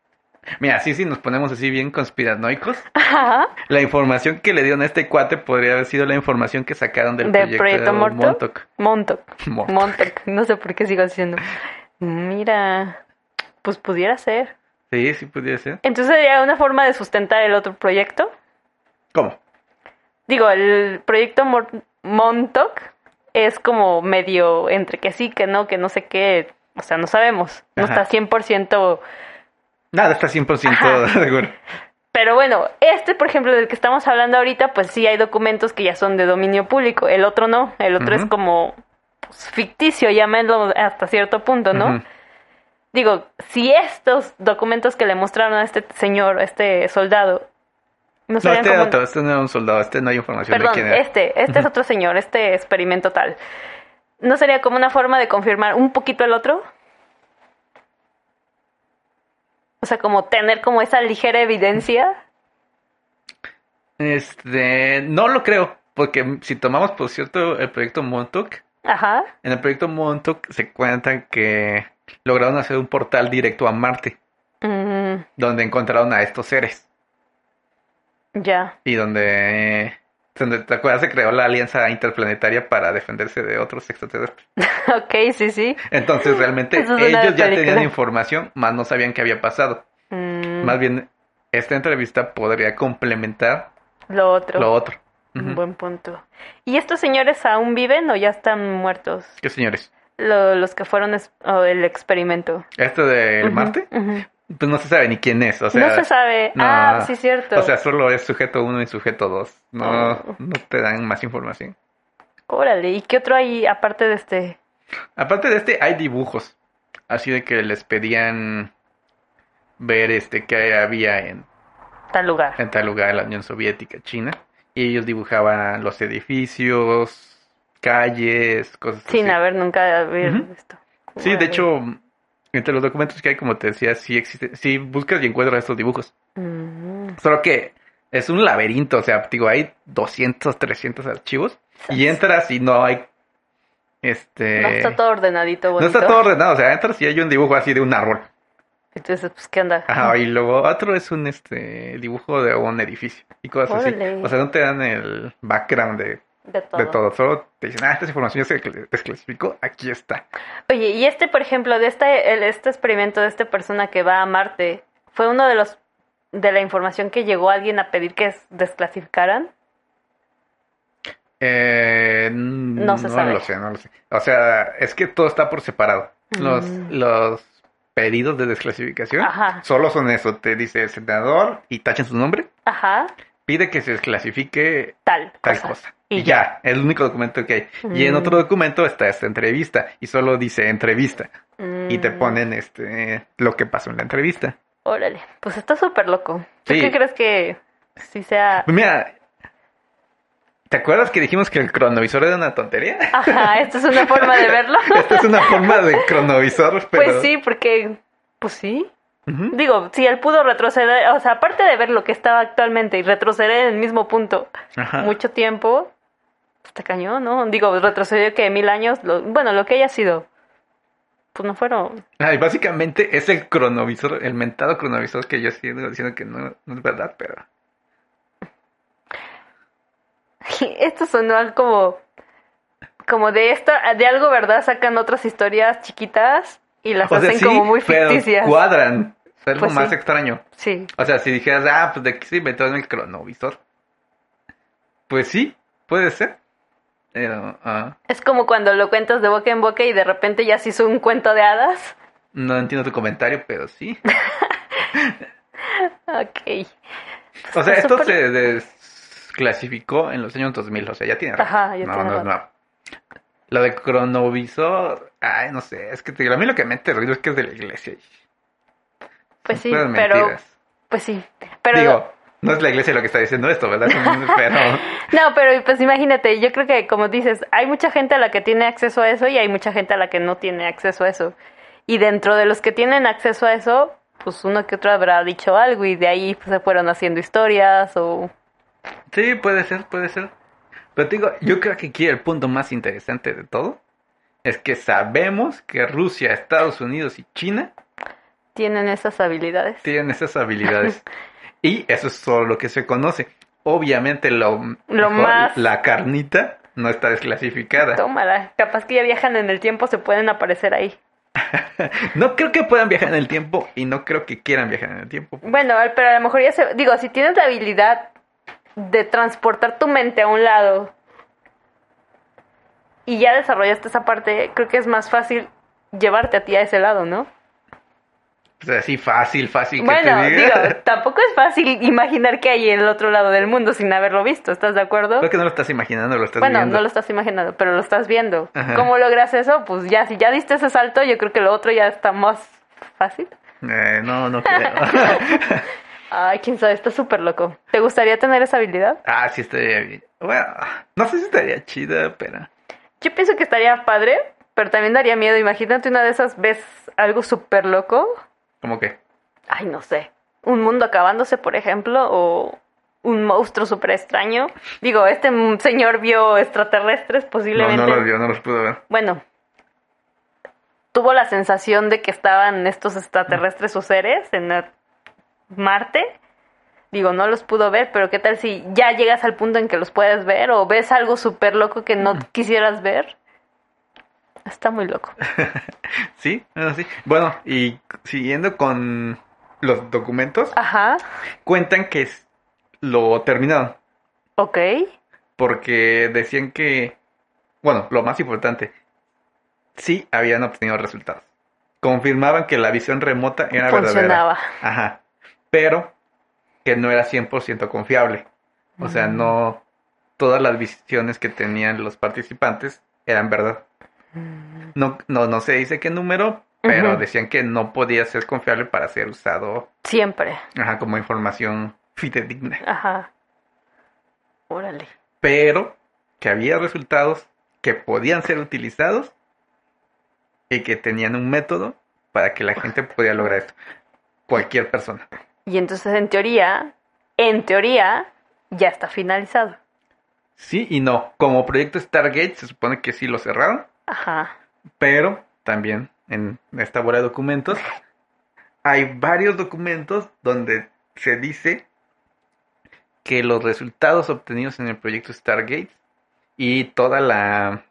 Mira, sí, sí, nos ponemos así bien conspiranoicos. Ajá. La información que le dieron a este cuate podría haber sido la información que sacaron del ¿Del proyecto, proyecto Montauk? Montauk. Montauk. Montauk. Montauk. No sé por qué sigo haciendo. Mira, pues pudiera ser. Sí, sí, pudiera ser. Entonces sería una forma de sustentar el otro proyecto. ¿Cómo? Digo, el proyecto Mor- Montauk es como medio entre que sí, que no, que no sé qué. O sea, no sabemos. No Ajá. está 100%. Nada, está 100% Ajá. seguro. Pero bueno, este, por ejemplo, del que estamos hablando ahorita, pues sí hay documentos que ya son de dominio público. El otro no. El otro Ujú. es como pues, ficticio, llámenlo hasta cierto punto, ¿no? Ujú. Digo, si estos documentos que le mostraron a este señor, a este soldado, no No, serían este era como... otro, este no era un soldado, este no hay información de Perdón, quién era. este, este es Ujú. otro señor, este experimento tal. ¿No sería como una forma de confirmar un poquito el otro? O sea, como tener como esa ligera evidencia. Este, no lo creo, porque si tomamos por cierto el proyecto Montauk, Ajá. en el proyecto Montauk se cuenta que lograron hacer un portal directo a Marte, Mm, donde encontraron a estos seres ya. y donde donde, ¿Te acuerdas? Se creó la Alianza Interplanetaria para defenderse de otros extraterrestres. ok, sí, sí. Entonces realmente Eso ellos suena ya de película. tenían información, más no sabían qué había pasado. Mm, Más bien, esta entrevista podría complementar lo otro. lo otro. Ujú. Un buen punto. ¿Y estos señores aún viven o ya están muertos? ¿Qué señores? Lo- los que fueron es- o el experimento. ¿Esto del Ujú, Marte? ujú. Pues no se sabe ni quién es. O sea, no se sabe. no, ah, no. sí, cierto. O sea, solo es sujeto 1 y sujeto 2. No, Oh. no te dan más información. Órale, ¿y qué otro hay aparte de este? Aparte de este, hay dibujos. Así de que les pedían ver este qué había en, Tal lugar. en tal lugar, la Unión Soviética, China. Y ellos dibujaban los edificios, calles, cosas Sin así. haber nunca haber Ujú. visto. Sí, de Órale. hecho, entre los documentos que hay, como te decía, sí existe, sí buscas y encuentras estos dibujos. Mm, Solo que es un laberinto, o sea, digo, hay 200, 300 archivos y entras y no hay este Mm, No está todo ordenadito, no bonito. está todo ordenado, o sea, entras y hay un dibujo así de un árbol. Entonces, pues, ¿qué onda? Ajá, y luego otro es un este dibujo de un edificio y cosas así. Órale. O sea, no te dan el background de, De todo. de todo, solo te dicen, ah, esta información ya se cl- desclasificó, aquí está. Oye, y este, por ejemplo, de este, el- este experimento de esta persona que va a Marte, ¿fue uno de los de la información que llegó alguien a pedir que s- desclasificaran? Eh, no se sabe. lo sé, no lo sé. O sea, es que todo está por separado. Los, Mm. los pedidos de desclasificación Ajá. solo son eso. Te dice senador y tachan su nombre. Ajá, Pide que se desclasifique tal. tal cosa. cosa. Y Y, ya. es el único documento que hay. Y en Mm. otro documento está esta entrevista y solo dice entrevista. Y te Mm, ponen este lo que pasó en la entrevista. Órale, pues está súper loco. ¿Tú Sí. qué crees que si sea... Pues Mira, ¿te acuerdas que dijimos que el cronovisor era una tontería? Ajá, esta es una forma de verlo. Esta es una forma de cronovisor, pero... Pues sí, porque... Pues sí. Ujú. Digo, si él pudo retroceder, o sea, aparte de ver lo que estaba actualmente y retroceder en el mismo punto Ajá. mucho tiempo, pues, está cañón, ¿no? Digo, retrocedió que mil años, lo- bueno, lo que haya sido, pues no fueron. Ay, básicamente es el cronovisor, el mentado cronovisor que yo sigo diciendo que no, no es verdad, pero... Esto sonó al como, como de esta, de algo verdad sacan otras historias chiquitas y las O sea, hacen sí, como muy pero ficticias. cuadran. Es algo Pues más sí. extraño. Sí, O sea, si dijeras, ah, pues de aquí se inventó en el cronovisor. Pues sí, puede ser. Pero, ah, es como cuando lo cuentas de boca en boca y de repente ya se hizo un cuento de hadas. no entiendo tu comentario, pero sí. Ok, O sea, Está esto súper- se desclasificó en los años 2000, o sea, ya tiene rato. Ajá, ya no, tiene no, rato. no. Lo de cronovisor, ay, no sé, es que te digo, a mí lo que me hace ruido es que es de la iglesia. pues sí, Puras pero, mentiras. pues sí, pero... Digo, no es la iglesia lo que está diciendo esto, ¿verdad? Pero, No, pero pues imagínate, yo creo que como dices, hay mucha gente a la que tiene acceso a eso y hay mucha gente a la que no tiene acceso a eso. Y dentro de los que tienen acceso a eso, pues uno que otro habrá dicho algo y de ahí pues, se fueron haciendo historias o... sí, puede ser, puede ser. Pero te digo, yo creo que aquí el punto más interesante de todo es que sabemos que Rusia, Estados Unidos y China Tienen esas habilidades. tienen esas habilidades. y eso es solo lo que se conoce. Obviamente lo, mejor, más- la carnita no está desclasificada. Tómala, capaz que ya viajan en el tiempo, se pueden aparecer ahí. No creo que puedan viajar en el tiempo y no creo que quieran viajar en el tiempo. Bueno, pero a lo mejor ya se... Digo, si tienes la habilidad de transportar tu mente a un lado y ya desarrollaste esa parte, creo que es más fácil llevarte a ti a ese lado, ¿no? O sea, así fácil, fácil que bueno, te digo, diga. tampoco es fácil imaginar que hay en el otro lado del mundo sin haberlo visto, ¿estás de acuerdo? Creo que no lo estás imaginando, lo estás Bueno, viendo. no lo estás imaginando, pero lo estás viendo. Ajá. ¿Cómo logras eso? Pues ya, si ya diste ese salto, yo creo que lo otro ya está más fácil. Eh, no, no creo. Ay, quién sabe, está súper loco. ¿Te gustaría tener esa habilidad? ah, sí estaría bien. Bueno, no sé si estaría chida, pero... Yo pienso que estaría padre, pero también daría miedo. Imagínate una de esas ves algo súper loco. Como que... Ay, no sé. Un mundo acabándose, por ejemplo, o un monstruo súper extraño. Digo, este m- señor vio extraterrestres No, posiblemente. no los vio, no los pudo ver. Bueno, tuvo la sensación de que estaban estos extraterrestres o seres en la- Marte, Digo, no los pudo ver, pero ¿qué tal si ya llegas al punto en que los puedes ver o ves algo súper loco que no quisieras ver? Está muy loco. sí, bueno, sí. Bueno, y siguiendo con los documentos, Ajá, cuentan que es- lo terminaron. ok. Porque decían que, bueno, lo más importante, sí habían obtenido resultados. Confirmaban que la visión remota era Funcionaba. verdadera. Ajá. Pero que no era 100% confiable. O sea, Mm. no todas las visiones que tenían los participantes eran verdad. Mm, No, no, no se dice qué número, pero Ujú. decían que no podía ser confiable para ser usado Siempre. ajá, como información fidedigna. Ajá. Órale. pero que había resultados que podían ser utilizados y que tenían un método para que la gente pudiera lograr esto. Cualquier persona. Y entonces, en teoría, en teoría, ya está finalizado. Sí y no. Como proyecto Stargate se supone que sí lo cerraron, Ajá. pero también en esta bola de documentos hay varios documentos donde se dice que los resultados obtenidos en el proyecto Stargate y toda la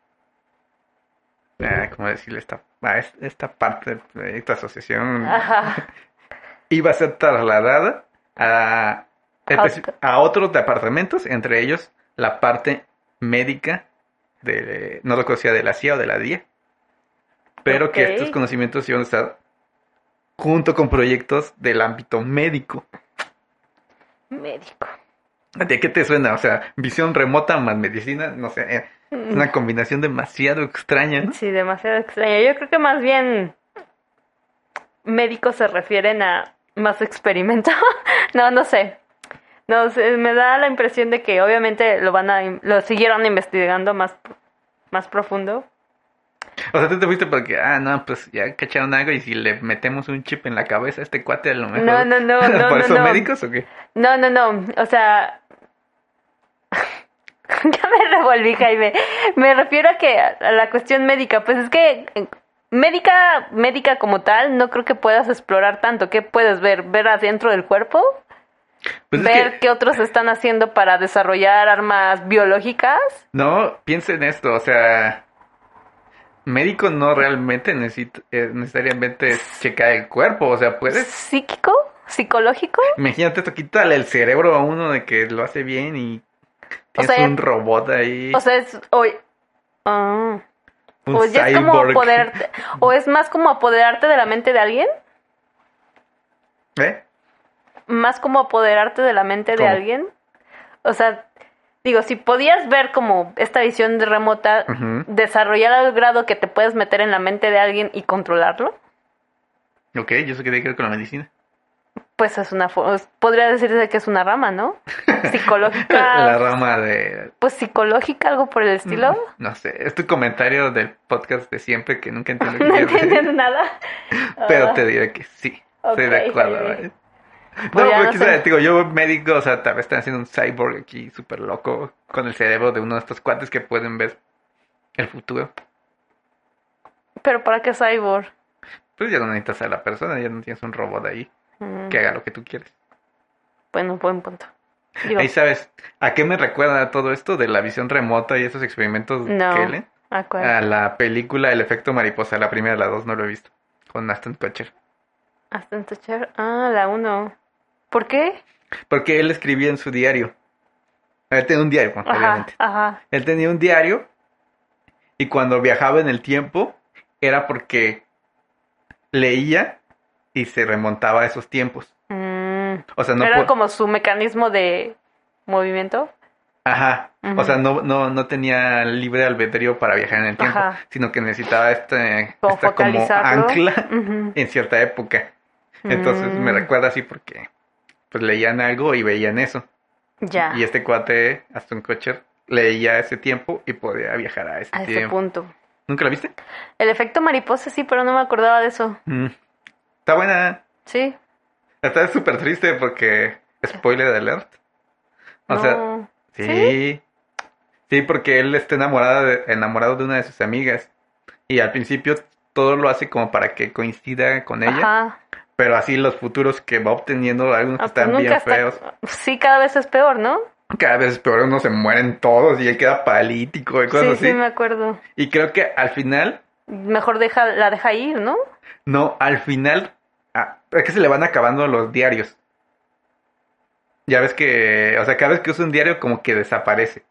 ah, cómo decirle esta ah, es- esta parte del proyecto asociación Ajá. iba a ser trasladada a Otro. a otros departamentos, entre ellos la parte médica de no recuerdo si era de la CIA o de la DIA, pero Ok. que estos conocimientos iban a estar junto con proyectos del ámbito médico. Médico. ¿De qué te suena? O sea, visión remota más medicina, no sé, eh, es Mm. una combinación demasiado extraña, ¿no? Sí, demasiado extraño. Yo creo que más bien médicos se refieren a más experimento. no, no sé. No sé, me da la impresión de que obviamente lo van a in- lo siguieron investigando más más profundo. O sea, tú te fuiste porque, ah, no, pues ya cacharon algo y si le metemos un chip en la cabeza a este cuate a lo mejor... No, no, no, no, ¿Por no, eso no. médicos o qué? No, no, no, o sea, ya me revolví, Jaime. Me refiero a que a la cuestión médica, pues es que eh, médica médica como tal no creo que puedas explorar tanto. ¿Qué puedes ver? ¿Ver adentro del cuerpo? Pues es ver que- qué otros están haciendo para desarrollar armas biológicas. No, piensa en esto, o sea, médico no realmente necesita, eh, necesariamente checar el cuerpo, o sea, puedes, ¿Psíquico? ¿Psicológico? imagínate esto, quítale el cerebro a uno de que lo hace bien y O tienes sea, un robot ahí, O sea, es... O, ah, un o ya es como cyborg. apoderarte... O es más como apoderarte de la mente de alguien. ¿Eh? Más como apoderarte de la mente ¿Cómo? de alguien. O sea, digo, si podías ver como esta visión de remota Ujú. desarrollar al grado que te puedes meter en la mente de alguien y controlarlo, Ok, yo sé que tiene que ver con la medicina. pues es una... fo- Podría decirse que es una rama, ¿no? Psicológica. La rama de... mm, pues psicológica, algo por el Ah, estilo. No sé, es tu comentario del podcast de siempre que nunca entiendo qué No quiere decir, entienden nada. pero Ah, te diré que sí, estoy ok, de acuerdo. Jaime. ¿eh? No, Pues ya pero no quizá, sé. digo, yo médico, o sea, tal vez están haciendo un cyborg aquí súper loco con el cerebro de uno de estos cuates que pueden ver el futuro. Pero para qué cyborg? Pues ya no necesitas a la persona, ya no tienes un robot ahí Mm, que haga lo que tú quieres. Bueno, buen punto. Digo, Ahí sabes, ¿a qué me recuerda todo esto de la visión remota y esos experimentos No. pues. que leen? ¿a cuál? A la película El efecto mariposa, la primera de las dos no lo he visto, con Aston Kutcher. Aston Kutcher. Ah, la uno. ¿Por qué? Porque él escribía en su diario. Él tenía un diario, bueno, Ajá, obviamente. ajá. Él tenía un diario y cuando viajaba en el tiempo era porque leía y se remontaba a esos tiempos. Mm, O sea, no Era po- como su mecanismo de movimiento. Ajá. Ujú. O sea, no, no, no tenía libre albedrío para viajar en el tiempo, Ajá. sino que necesitaba este, Como esta como focalizarlo. ancla Ujú. en cierta época. Entonces me Mm, recuerda así porque pues leían algo y veían eso. Ya, Y este cuate, Aston Kutcher, leía ese tiempo y podía viajar a ese a ese tiempo. punto. ¿Nunca la viste? El efecto mariposa sí, pero no me acordaba de eso. Mm. Está buena. Sí. Está súper triste porque. Spoiler alert. O sea, no. sí. ¿sí? sí. porque él está enamorado de, enamorado de una de sus amigas. Y al principio todo lo hace como para que coincida con ella. Ajá. Pero así los futuros que va obteniendo, algunos que Ah, pues están nunca bien está- feos. Sí, cada vez es peor, ¿no? Cada vez peor, uno se mueren todos y él queda paralítico y sí, cosas sí, así. me acuerdo. Y creo que al final, Mejor deja, la deja ir, ¿no? no, al final, ah, es que se le van acabando los diarios. Ya ves que, o sea, cada vez que usa un diario como que desaparece.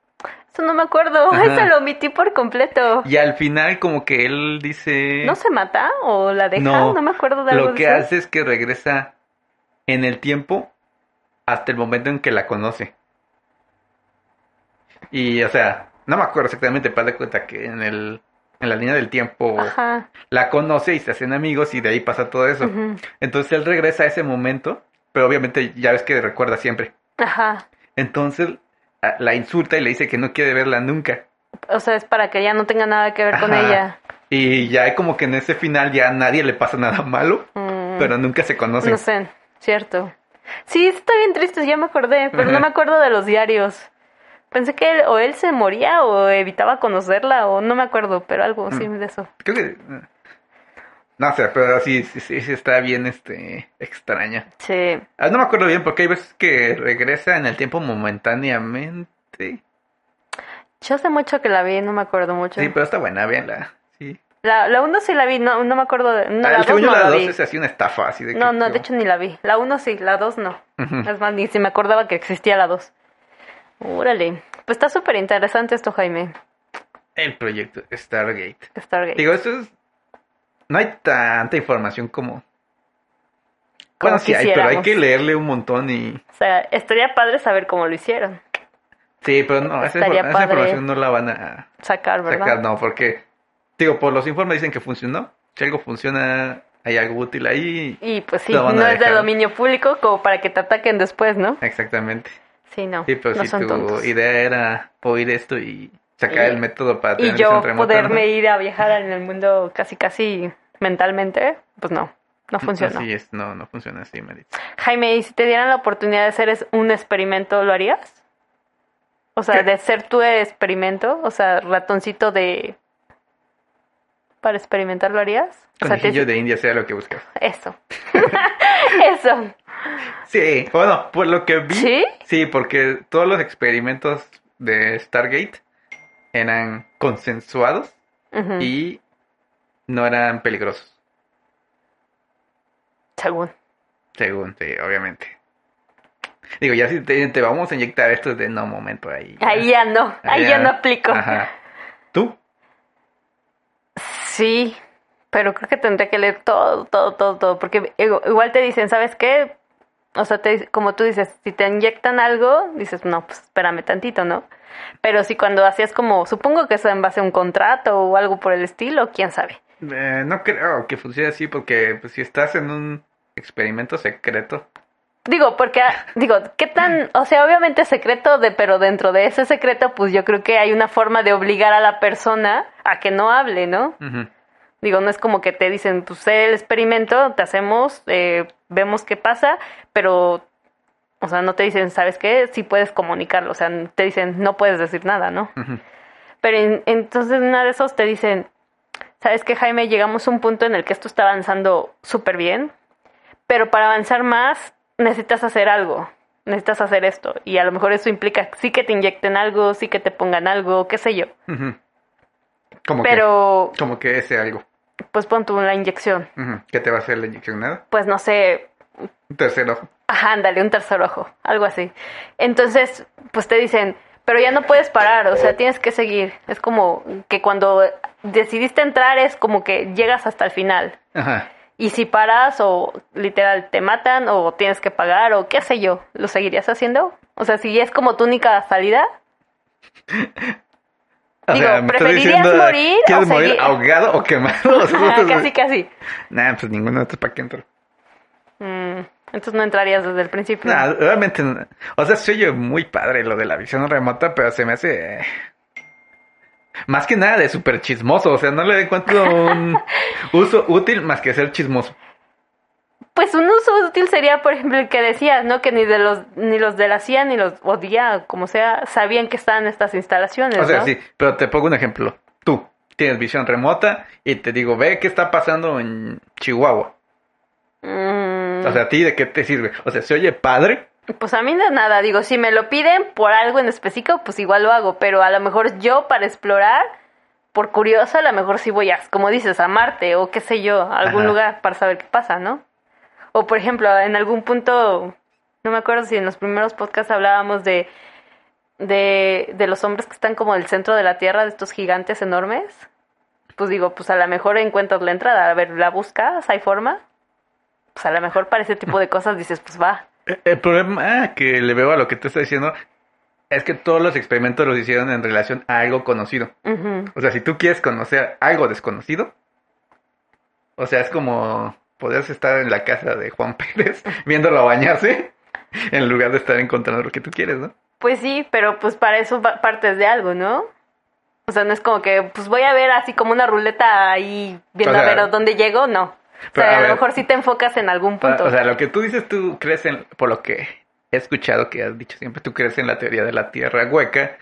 Eso no me acuerdo, Ajá. eso lo omití por completo. Y al final como que él dice... ¿No se mata o la deja? No, No, me acuerdo de algo Lo de que eso. hace es que regresa en el tiempo hasta el momento en que la conoce. Y, o sea, no me acuerdo exactamente, pero haz de cuenta que en el, en la línea del tiempo Ajá. la conoce y se hacen amigos y de ahí pasa todo eso. ujú, Entonces él regresa a ese momento, pero obviamente ya ves que recuerda siempre. Ajá. Entonces a- la insulta y le dice que no quiere verla nunca. O sea, es para que ya no tenga nada que ver con Ajá. ella. Y ya como que en ese final ya a nadie le pasa nada malo, Mm, pero nunca se conocen. no sé, cierto. Sí, está bien triste, ya me acordé, pero no Ajá. me acuerdo de los diarios. Pensé que él, o él se moría o evitaba conocerla o no me acuerdo, pero algo Mm. sí de eso. Creo que. eh, No sé, pero sí, sí, sí, sí está bien este, extraña. Sí. Ah, no me acuerdo bien porque hay veces que regresa en el tiempo momentáneamente. Yo hace mucho que la vi, no me acuerdo mucho. Sí, pero está buena, véanla. Sí. La, la uno sí la vi, no, no me acuerdo de... No, Ah, la dos según yo, no la la dos vi. es así una estafa. Así de que- Mm. No, no, de hecho ni la vi. La uno sí, la dos no. Ujú. Es más, ni si me acordaba que existía la 2. Órale. Pues está súper interesante esto, Jaime. El proyecto Stargate. Stargate. Digo, esto es. No hay tanta información como. Como Bueno, sí hay, pero hay quisiéramos. que leerle un montón y. O sea, estaría padre saber cómo lo hicieron. Sí, pero no, esa, Estaría infor- esa padre. información no la van a. Sacar, ¿verdad? sacar, no, porque, digo, por los informes dicen que funcionó. Si algo funciona, hay algo útil ahí. Y pues sí, Lo van a no es de dejar. dominio público como para que te ataquen después, ¿no? Exactamente. Sí, no. Sí, pero no si son tu tontos. Y, idea era oír esto y sacar Y- el método para tener yo visión remota, poderme ¿no? ir a viajar en el mundo casi, casi mentalmente, pues no. No funcionó. Así es, no, no funciona así, Maritza. Jaime, ¿y si te dieran la oportunidad de hacer es- un experimento, lo harías? O sea, ¿Qué? de ser tu experimento, o sea, ratoncito de... Para experimentar, ¿lo harías? O sea, te- Conejillo de India sea lo que buscas. Eso. Eso. Sí, bueno, por lo que vi. ¿Sí? Sí, porque todos los experimentos de Stargate eran consensuados Ujú, y no eran peligrosos, Según. según, sí, obviamente. Digo, ya si te, te vamos a inyectar esto es de no momento ahí. ya. Ahí ya no, ahí ya no aplico. Ajá. ¿Tú? Sí, pero creo que tendría que leer todo, todo, todo, todo, porque igu- igual te dicen, ¿sabes qué? O sea, te, como tú dices, si te inyectan algo, dices, no, pues espérame tantito, ¿no? Pero si cuando hacías como, supongo que eso en base a un contrato o algo por el estilo, quién sabe. Eh, no creo que funcione así porque pues, si estás en un experimento secreto. Digo, porque, ah, digo, ¿qué tan? O sea, obviamente es secreto, de, pero dentro de ese secreto, pues yo creo que hay una forma de obligar a la persona a que no hable, ¿no? Ujú. Digo, no es como que te dicen, pues sé el experimento, te hacemos, eh, vemos qué pasa, pero, o sea, no te dicen, ¿sabes qué? Sí puedes comunicarlo, o sea, te dicen, no puedes decir nada, ¿no? Ujú. Pero en- entonces en una de esos te dicen, ¿sabes qué, Jaime? Llegamos a un punto en el que esto está avanzando súper bien, pero para avanzar más necesitas hacer algo, necesitas hacer esto, y a lo mejor eso implica sí que te inyecten algo, sí que te pongan algo, qué sé yo, Ujú. Como pero que, como que ese algo. pues pon tú la inyección. Ujú. ¿Qué te va a hacer la inyección? Nada. pues no sé, Un tercer ojo. ajá, ándale, un tercer ojo, algo así. Entonces, pues te dicen, pero ya no puedes parar, o sea, tienes que seguir. Es como que cuando decidiste entrar es como que llegas hasta el final. Ajá. Y si paras o literal te matan o tienes que pagar o qué sé yo, ¿lo seguirías haciendo? O sea, si es como tu única salida, O Digo, sea, me estás ¿preferirías diciendo, morir o ¿Quieres morir seguir? ahogado o quemado? Ajá, casi casi. Nah, pues ninguno de estos para qué entro. Mm, entonces no entrarías desde el principio. Nah, realmente. no. O sea, se oye muy padre lo de la visión remota, pero se me hace. eh, Más que nada de súper chismoso. O sea, no le encuentro un uso útil más que ser chismoso. Pues un uso útil sería, por ejemplo, el que decías, ¿no? Que ni de los ni los de la CIA ni los odia, como sea, sabían que estaban estas instalaciones, O sea, ¿no? sí, pero te pongo un ejemplo. Tú tienes visión remota y te digo, ve qué está pasando en Chihuahua. Mm, Mm. O sea, ¿a ti de qué te sirve? O sea, ¿se oye padre? Pues a mí de nada, digo, si me lo piden por algo en específico, pues igual lo hago, pero a lo mejor yo para explorar, por curiosa, a lo mejor sí voy a, como dices, a Marte o qué sé yo, a algún Ajá. lugar para saber qué pasa, ¿no? O por ejemplo, en algún punto, no me acuerdo si en los primeros podcasts hablábamos de, de, de los hombres que están como en el centro de la Tierra, de estos gigantes enormes. Pues digo, pues a lo mejor encuentras la entrada, a ver, la buscas, hay forma. Pues a lo mejor para ese tipo de cosas dices, pues va. Eh, El problema que le veo a lo que tú estás diciendo es que todos los experimentos los hicieron en relación a algo conocido. Ujú. O sea, si tú quieres conocer algo desconocido, o sea, es como podrías estar en la casa de Juan Pérez viéndolo bañarse en lugar de estar encontrando lo que tú quieres, ¿no? Pues sí, pero pues para eso va- partes de algo, ¿no? O sea, no es como que, pues voy a ver así como una ruleta ahí viendo O sea, a ver dónde llego, no. O pero sea, a a, lo ver. Ah, mejor sí te enfocas en algún punto. O sea, lo que tú dices, tú crees en, por lo que he escuchado que has dicho siempre, tú crees en la teoría de la tierra hueca.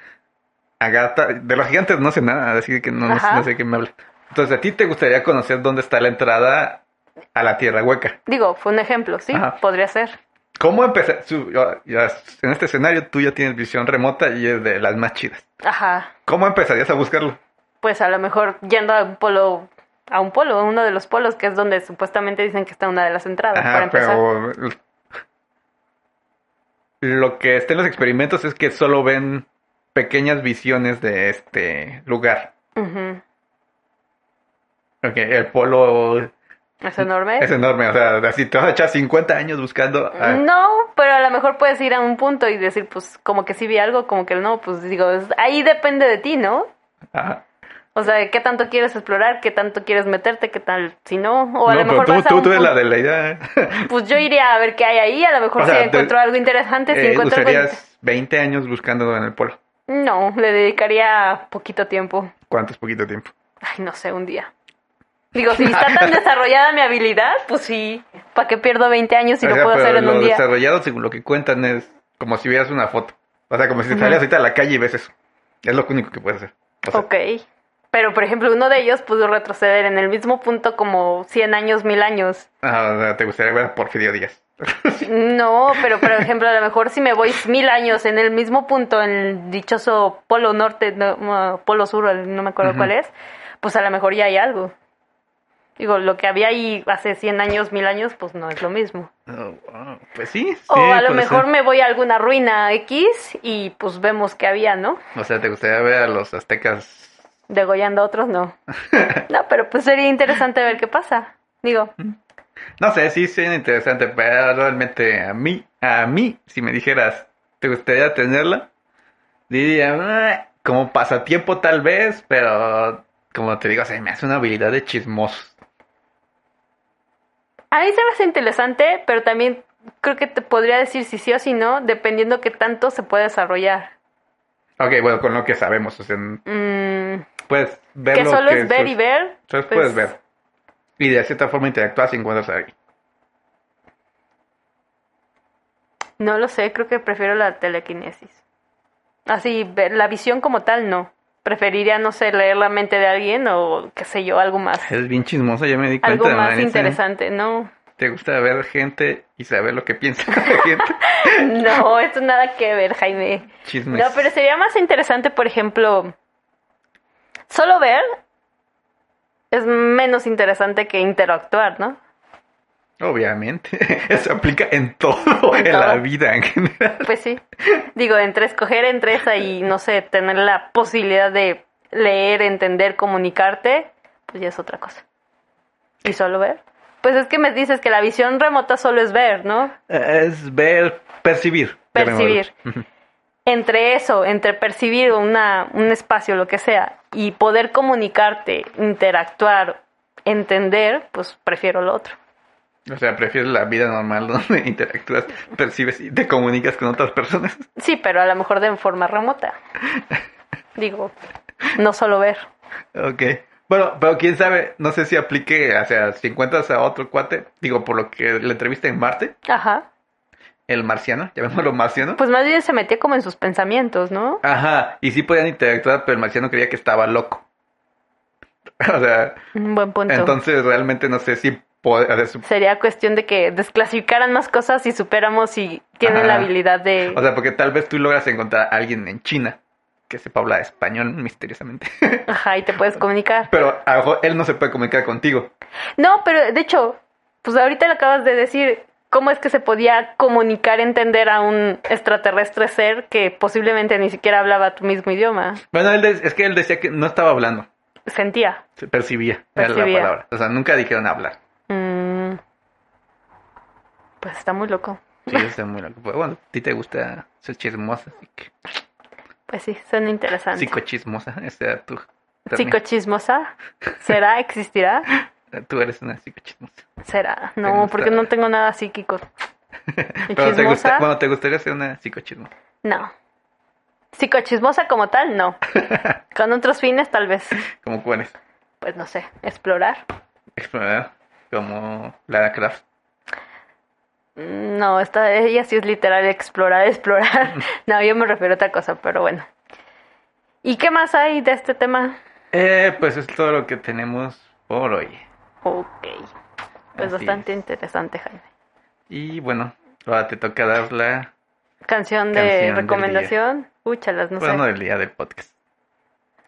Agatha, de los gigantes no sé nada, así que no, no sé- Ajá. no sé qué me habla. Entonces, a ti te gustaría conocer dónde está la entrada a la tierra hueca. Digo, fue un ejemplo, sí, Ajá. podría ser. ¿Cómo empezar? Su- ya- ya- en este escenario tú ya tienes visión remota y es de las más chidas. Ajá. ¿Cómo empezarías a buscarlo? Pues a lo mejor yendo a un polo, a un polo, a uno de los polos, que es donde supuestamente dicen que está una de las entradas, para Ajá, empezar. pero lo que está en los experimentos es que solo ven pequeñas visiones de este lugar. Ujú. Ok, el polo Es enorme. es enorme, o sea, así te vas a echar 50 años buscando. ah, a- No, pero a lo mejor puedes ir a un punto y decir, pues, como que sí vi algo, como que no, pues digo, es- ahí depende de ti, ¿no? Ajá. O sea, ¿qué tanto quieres explorar? ¿Qué tanto quieres meterte? ¿Qué tal si no? O a No, lo mejor pero vas tú, a tú, un tú eres la punto- de la idea. Pues yo iría a ver qué hay ahí, a lo mejor O si sea, te- encuentro algo interesante, si Eh, encuentro algo... usarías 20 años buscando en el polo. No, le dedicaría poquito tiempo. ¿Cuánto es poquito tiempo? Ay, no sé, un día. Digo, si está tan desarrollada mi habilidad, pues sí, ¿para qué pierdo 20 años si O lo sea, puedo pero hacer en lo un día? desarrollado, según lo que cuentan, es como si vieras una foto. O sea, como si Ujú. salieras ahorita a la calle y ves eso. Es lo único que puedes hacer. O sea, Ok. Pero, por ejemplo, uno de ellos pudo retroceder en el mismo punto como 100 años, 1000 años. ah, o sea, te gustaría ver a Porfirio Díaz. No, pero por ejemplo, a lo mejor si me voy mil años en el mismo punto, en el dichoso polo norte, no, no, polo sur, el- no me acuerdo Ujú. cuál es, pues a lo mejor ya hay algo. Digo, lo que había ahí hace 100 años, mil años, pues no es lo mismo. Oh, wow. Pues sí. sí, o a lo puede mejor ser. me voy a alguna ruina X y pues vemos que había, ¿no? O sea, te gustaría ver a los aztecas. Degollando a otros, no. No, pero pues sería interesante ver qué pasa. Digo, No sé, sí, sí, interesante, pero realmente a mí, a mí, si me dijeras, ¿te gustaría tenerla? Diría, "Ah, como pasatiempo tal vez, pero como te digo, se me hace una habilidad de chismoso. A mí se me hace interesante, pero también creo que te podría decir si sí o si no, dependiendo qué tanto se puede desarrollar. Ok, bueno, con lo que sabemos, o sea, n- Mm, puedes ver que lo solo que es ver sus- y ver. sus- pues, puedes ver. Y de cierta forma interactuar si encuentras a alguien. No lo sé, creo que prefiero la telequinesis. Así, ver- la visión como tal, no. Preferiría, no sé, leer la mente de alguien o qué sé yo, algo más. Es bien chismoso, ya me di cuenta. Algo más Vanessa. ¿eh? interesante, ¿no? Te gusta ver gente y saber lo que piensa la gente. No, esto nada que ver, Jaime. Chismes. No, pero sería más interesante, por ejemplo, solo ver es menos interesante que interactuar, ¿no? Obviamente. Eso aplica en todo, en, En la todo. vida en general. Pues sí. Digo, entre escoger entre esa y, no sé, tener la posibilidad de leer, entender, comunicarte, pues ya es otra cosa. ¿Y solo ver? Pues es que me dices que la visión remota solo es ver, ¿no? Es ver, percibir. Percibir. Ujú. entre eso, entre percibir una, un espacio, lo que sea, y poder comunicarte, interactuar, entender, pues prefiero lo otro. O sea, prefieres la vida normal donde interactúas, percibes y te comunicas con otras personas. Sí, pero a lo mejor de forma remota. Digo, no solo ver. Ok. Bueno, pero quién sabe, no sé si aplique, o sea, si encuentras a otro cuate, digo, por lo que la entrevista en Marte, Ajá. el marciano, llamémoslo marciano. Pues más bien se metía como en sus pensamientos, ¿no? Ajá, y sí podían interactuar, pero el marciano creía que estaba loco. O sea, Un buen punto. entonces realmente no sé si poder, de su- Sería cuestión de que desclasificaran más cosas y supiéramos si tienen la Ajá. habilidad de... O sea, porque tal vez tú logras encontrar a alguien en China que sepa hablar español misteriosamente. Ajá, y te puedes comunicar. Pero a lo mejor él no se puede comunicar contigo. No, pero de hecho, pues ahorita le acabas de decir cómo es que se podía comunicar, entender a un extraterrestre ser que posiblemente ni siquiera hablaba tu mismo idioma. Bueno, él de- es que él decía que no estaba hablando, Sentía. se percibía, era Percibía. la palabra. O sea, nunca dijeron hablar. Mm. Pues está muy loco. Sí, eso es muy loco. Pero bueno, a ti te gusta ser chismosa, así que- Pues sí, suena interesante. psicochismosa, ese era tú. Psicochismosa. ¿Será? ¿Existirá? Tú eres una psicochismosa. Será. Te No, gusta. porque no tengo nada psíquico. ¿Y Pero te gusta, chismosa? bueno, te gustaría ser una psicochismosa. No. Psicochismosa como tal, no. Con otros fines, tal vez. Como cuáles? Pues no sé, explorar. Explorar, como Lara Croft. Mm, No, esta, ella sí es literal explorar, explorar. No, yo me refiero a otra cosa, pero bueno. ¿Y qué más hay de este tema? Eh, pues es todo lo que tenemos por hoy. Ok. Pues Así bastante es. interesante, Jaime. Y bueno, ahora te toca dar la. Canción de Canción del recomendación. Úchalas, no bueno, no sé. del día del podcast.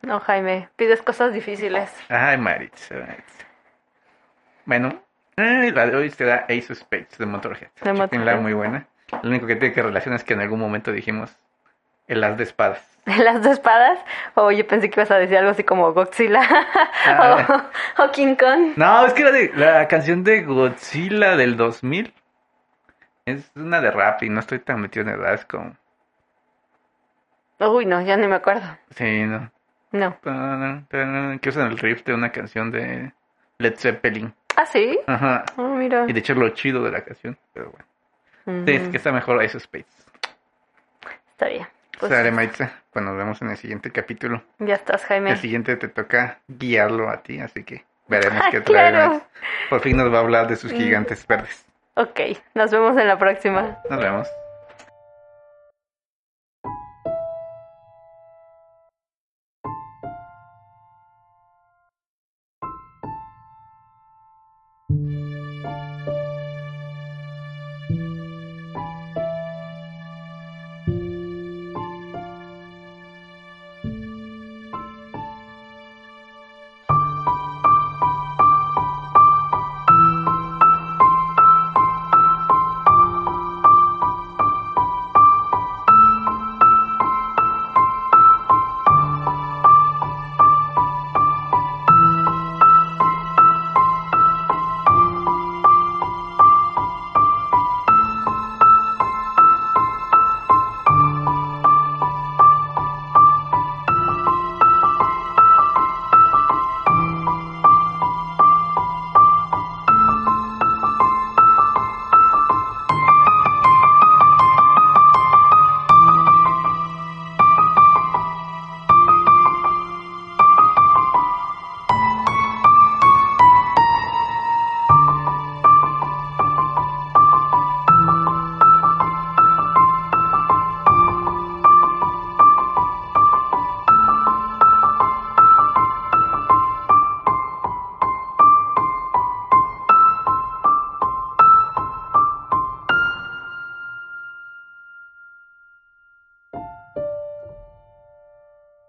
No, Jaime, pides cosas difíciles. Ay, Maritza, Maritza. Bueno, eh, la de hoy será Ace of Spades de Motorhead. De Motorhead. Chequenla, muy buena. Lo único que tiene que relación es que en algún momento dijimos el as de espadas. Las dos espadas. O yo pensé que ibas a decir algo así como Godzilla Ah. o, o King Kong. No, es que la, de, la canción de Godzilla del 2000 es una de rap y no estoy tan metido en edades como... Uy, no, ya ni me acuerdo. Sí, no. No. Que usan el riff de una canción de Led Zeppelin. ¿Ah, sí? Ajá. Oh, mira. Y de hecho es lo chido de la canción. Pero bueno. Mm, Sí, es que está mejor Ice Space. Está bien. Pues, Sale Maritza. Pues nos vemos en el siguiente capítulo. ya estás, Jaime. El siguiente te toca guiarlo a ti, así que veremos Ah, qué trae. claro. Maritza. Por fin nos va a hablar de sus Mm. gigantes verdes. Ok, nos vemos en la próxima. Nos vemos.